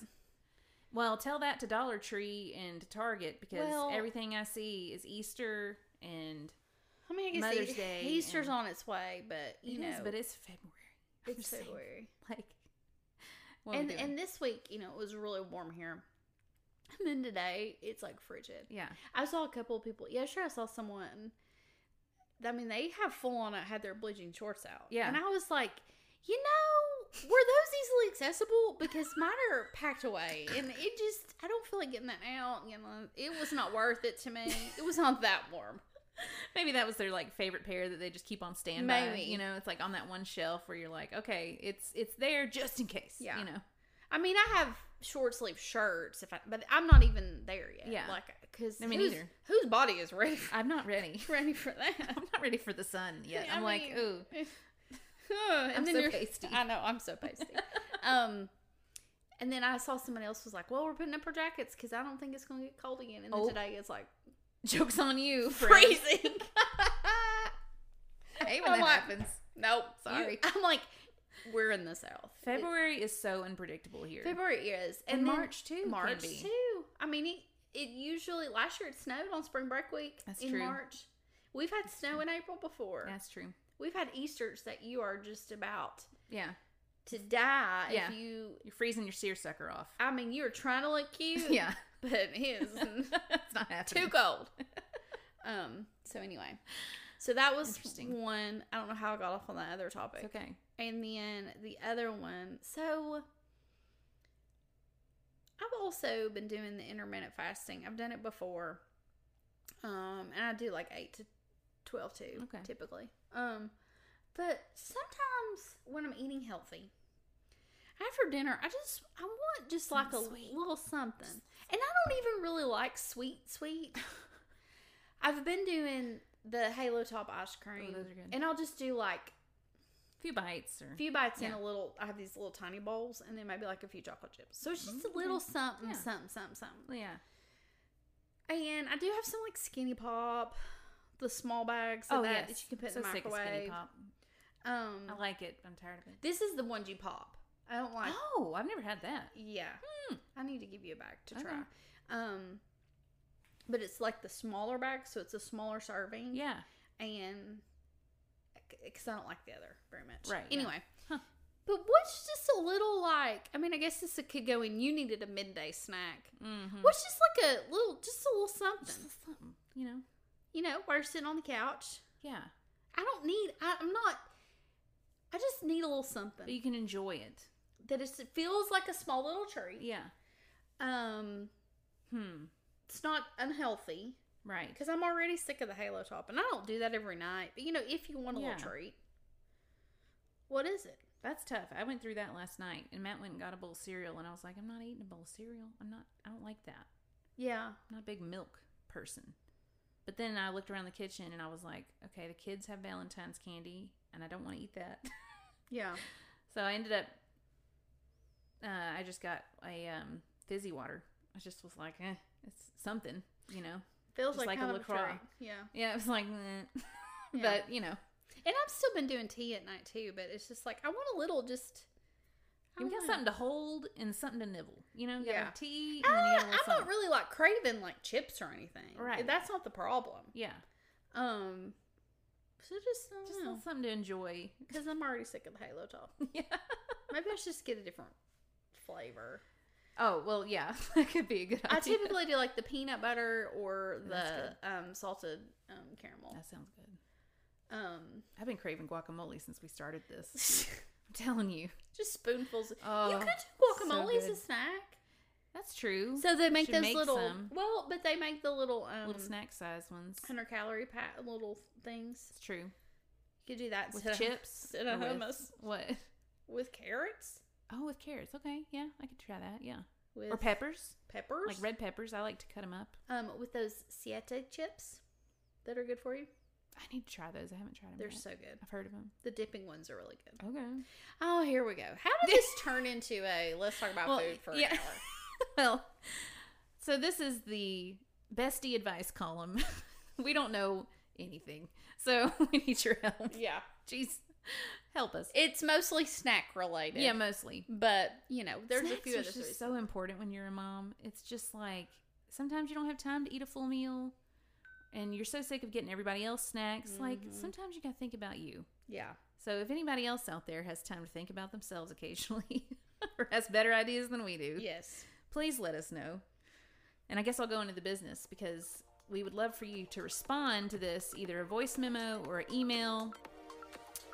Well, tell that to Dollar Tree and to Target because Well- everything I see is Easter and but I mean I guess Mother's E- Day Easter's and- on its way, but you it know, is, but it's February. I'm it's just saying, February. Like, what are we And doing? and this week, you know, it was really warm here, And then today, it's like frigid. Yeah. I saw a couple of people. Yesterday, I saw someone. I mean, they have full on uh, had their bleaching shorts out. Yeah. And I was like, you know, were those easily accessible? Because mine are packed away, and it just I don't feel like getting that out. You know, it was not worth it to me. It was not that warm. Maybe that was their like favorite pair that they just keep on standby. Maybe. You know, it's like on that one shelf where you're like, okay, it's it's there just in case. Yeah. You know. I mean, I have short sleeve shirts, if I, but I'm not even there yet. Yeah. Like, because I mean, whose, either. whose body is ready for, I'm not ready. ready for that? I'm not ready for the sun yet. Yeah, I I'm like, mean- ooh, and I'm then so you're- pasty. I know I'm so pasty. um, and then I saw someone else was like, "Well, we're putting up our jackets because I don't think it's going to get cold again." And then Oh. today it's like jokes on you. friend. freezing. I hate I'm when that like, happens. nope, sorry. You- I'm like, we're in the south. It- February is so unpredictable here. February is, and, and, then March too. can March be. too. I mean, it, it usually last year it snowed on spring break week That's in true. March. We've had snow in April before. That's true. We've had Easter's that you are just about Yeah, to die Yeah. if you. you're freezing your seersucker off. I mean, you're trying to look cute, yeah, but it is it's not too happening. cold. Um. So anyway, so that was Interesting. one. I don't know how I got off on that other topic. It's okay. And then the other one. So I've also been doing the intermittent fasting. I've done it before. Um, and I do like 8 to 12 too, Okay. typically. Um, but sometimes when I'm eating healthy, after dinner, I just I want just like a Something sweet. little something. And I don't even really like sweet sweet. I've been doing the Halo Top ice cream. Oh, those are good. And I'll just do like A few bites or few bites in Yeah. a little I have these little tiny bowls and then maybe like a few chocolate chips. So it's just Mm, a little okay. something, Yeah. something, something, something. yeah, And I do have some like skinny pop, the small bags of Oh, that yes. that you can put so in the sick of skinny microwave. pop. Um I like it. I'm tired of it. this is the one G pop. I don't like Oh, I've never had that. Yeah. Hmm. I need to give you a bag to Okay. try. Um but it's like the smaller bag, so it's a smaller serving. Yeah, and because I don't like the other very much. Right, yeah. Anyway. Huh. But what's just a little like? I mean, I guess this could go in. You needed a midday snack. mm-hmm. What's just like a little, just a little something? Just something, you know? You know, while you're sitting on the couch. Yeah, I don't need. I, I'm not. I just need a little but something you can enjoy it. that is, it feels like a small little treat. Yeah. Um, Hmm. it's not unhealthy Right. because I'm already sick of the Halo top, and I don't do that every night. But you know, if you want a Yeah. little treat, what is it? That's tough. I went through that last night, and Matt went and got a bowl of cereal, and I was like, I'm not eating a bowl of cereal. I'm not. I don't like that. Yeah. I'm not a big milk person. But then I looked around the kitchen, and I was like, okay, the kids have Valentine's candy, and I don't want to eat that. Yeah. so I ended up. Uh, I just got a um, fizzy water. I just was like, eh, it's something, you know. Feels Just like a kind of LaCroix. treat. Yeah. Yeah, it was like, eh. Yeah. but you know, And I've still been doing tea at night too, but it's just like I want a little just I You've got don't know. something to hold and something to nibble. You know, you got Yeah. a tea I and then you got don't- a little Ah, I'm not something. really like craving like chips or anything. Right. That's not the problem. Yeah, Um so just I just a little don't something to enjoy. because I'm already sick of the Halo top. yeah. Maybe I should just get a different flavor. Oh well, yeah, that could be a good idea. I typically do like the peanut butter or the That's um, salted um, caramel. That sounds good. Um, I've been craving guacamole since we started this. I'm telling you. just spoonfuls. Oh, you could so do guacamole as a good. snack. that's true. So they make should those make little some. well, but they make the little um little snack size ones. hundred calorie pack little things. It's true. You could do that With instead of- chips instead of or with- hummus What? with carrots Oh, with carrots. Okay, yeah, I could try that. Yeah, with or peppers, peppers, like red peppers. I like to cut them up. um with those siete chips that are good for you. I need to try those. I haven't tried them. They're yet. so good. I've heard of them. The dipping ones are really good. Okay. Oh, here we go. How did this turn into a let's talk about Well, food for yeah. an hour? well, so this is the bestie advice column. we don't know anything, so we need your help. Yeah, Jeez, help us. it's mostly snack related. Yeah, mostly. but you know, there's Snacks a few are other just things. so important when you're a mom. It's just like sometimes you don't have time to eat a full meal, and you're so sick of getting everybody else snacks. Like Mhm. sometimes you got to think about you. yeah, So if anybody else out there has time to think about themselves occasionally, or has better ideas than we do, yes. please let us know. And I guess I'll go into the business because we would love for you to respond to this either a voice memo or an email.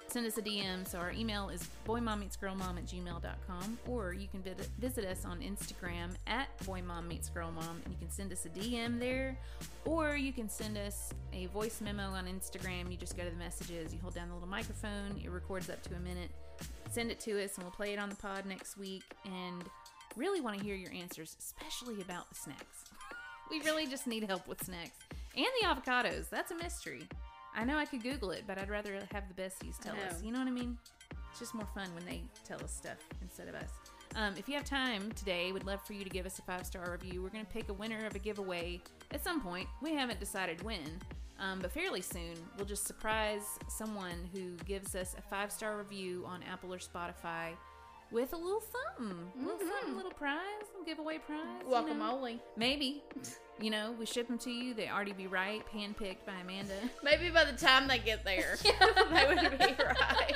Send us a DM. So our email is boymommeetsgirlmom at gmail.com or you can vid- visit us on Instagram at boymommeetsgirlmom and you can send us a DM there or you can send us a voice memo on Instagram. You just go to the messages, you hold down the little microphone, it records up to a minute. Send it to us and we'll play it on the pod next week and really want to hear your answers, especially about the snacks. We really just need help with snacks and the avocados. That's a mystery. I know I could Google it, but I'd rather have the besties tell I us. know. You know what I mean? It's just more fun when they tell us stuff instead of us. Um, if you have time today, we'd love for you to give us a five star review. We're going to pick a winner of a giveaway at some point. We haven't decided when, um, but fairly soon. We'll just surprise someone who gives us a five star review on Apple or Spotify with a little something, little something, little prize, little giveaway prize. you know? Guacamole. Maybe. You know, we ship them to you. They already be right, handpicked by Amanda. Maybe by the time they get there, they would be right.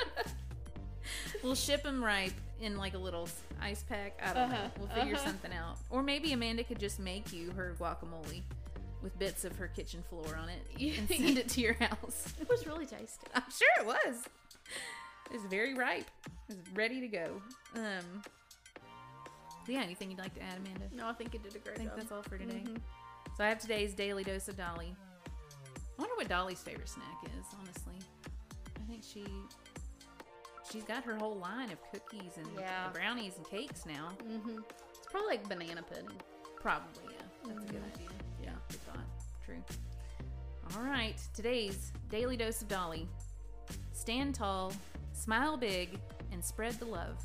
We'll ship them ripe in like a little s- ice pack. I don't Uh-huh, know. We'll figure uh-huh. something out. Or maybe Amanda could just make you her guacamole with bits of her kitchen floor on it and send it to your house. It was really tasty. I'm sure it was. It's very ripe. It's ready to go. Um. Yeah. Anything you'd like to add, Amanda? No, I think it did a great I think job. that's all for today. Mhm. So I have today's daily dose of Dolly. I wonder what Dolly's favorite snack is, honestly. I think she she's got her whole line of cookies and Yeah. brownies and cakes now. Mhm. It's probably like banana pudding. Probably, yeah. That's a good Mm-hmm. idea. Yeah, good thought. True. All right, today's daily dose of Dolly. Stand tall, smile big, and spread the love.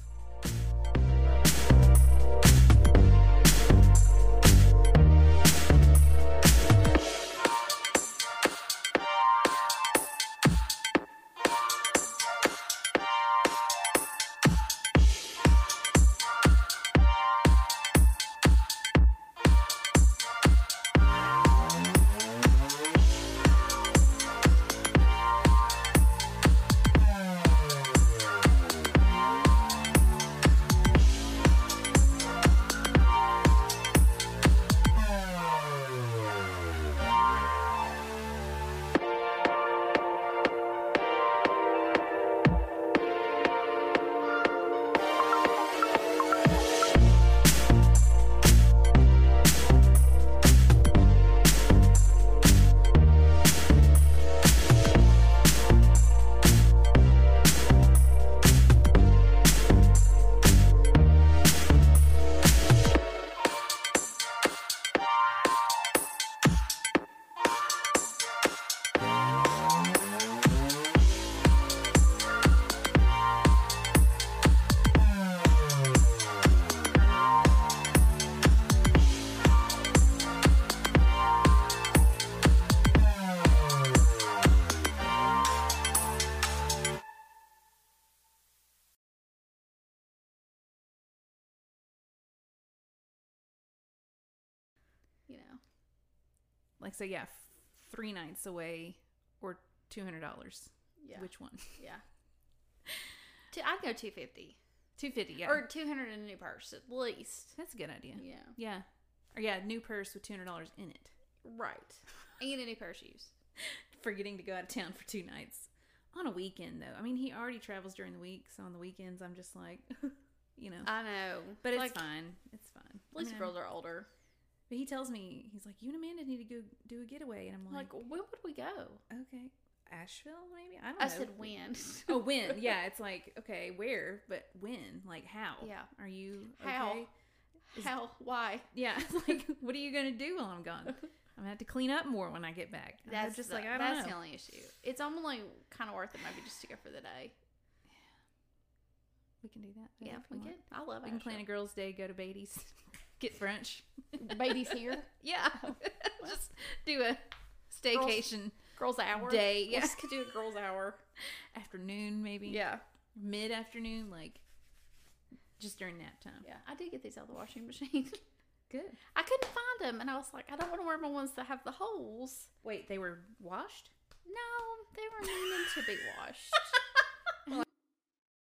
You know. Like so, yeah, f- three nights away or two hundred dollars. Yeah. Which one? yeah. Two, I'd go two fifty Two fifty. Yeah, or two hundred in a new purse at least. that's a good idea. Yeah. Yeah. Or yeah, new purse with two hundred dollars in it. Right. And a new pair of shoes. Forgetting to go out of town for two nights. On a weekend though. I mean he already travels during the week, so on the weekends I'm just like you know. I know, But it's like, fine. It's fine. At least I mean, girls are older. But he tells me he's like, You and Amanda need to go do a getaway and I'm Like, like, when would we go? Okay. Asheville maybe? I don't know. I said when. Oh when. Yeah, it's like, okay, where? But when? Like how? Yeah. Are you okay? How? How? Why? Yeah. It's like, what are you gonna do while I'm gone? I'm gonna have to clean up more when I get back. And I'm That's just the, like I don't that's know. the only issue. It's only kind of worth it, maybe just to go for the day. We can do that. though, Yeah, if we you want. could. I love. We can plan a girls' day, go to Beatty's, get brunch. a baby's here. Yeah. Just do a staycation Girls hour day. Yeah. Yes, could do a girls hour. Afternoon, maybe. Yeah, Mid afternoon, like just during nap time. yeah. I did get these out of the washing machine. Good. I couldn't find them, and I was like, I don't want to wear my ones that have the holes. Wait, they were washed? No, they were meaning to be washed.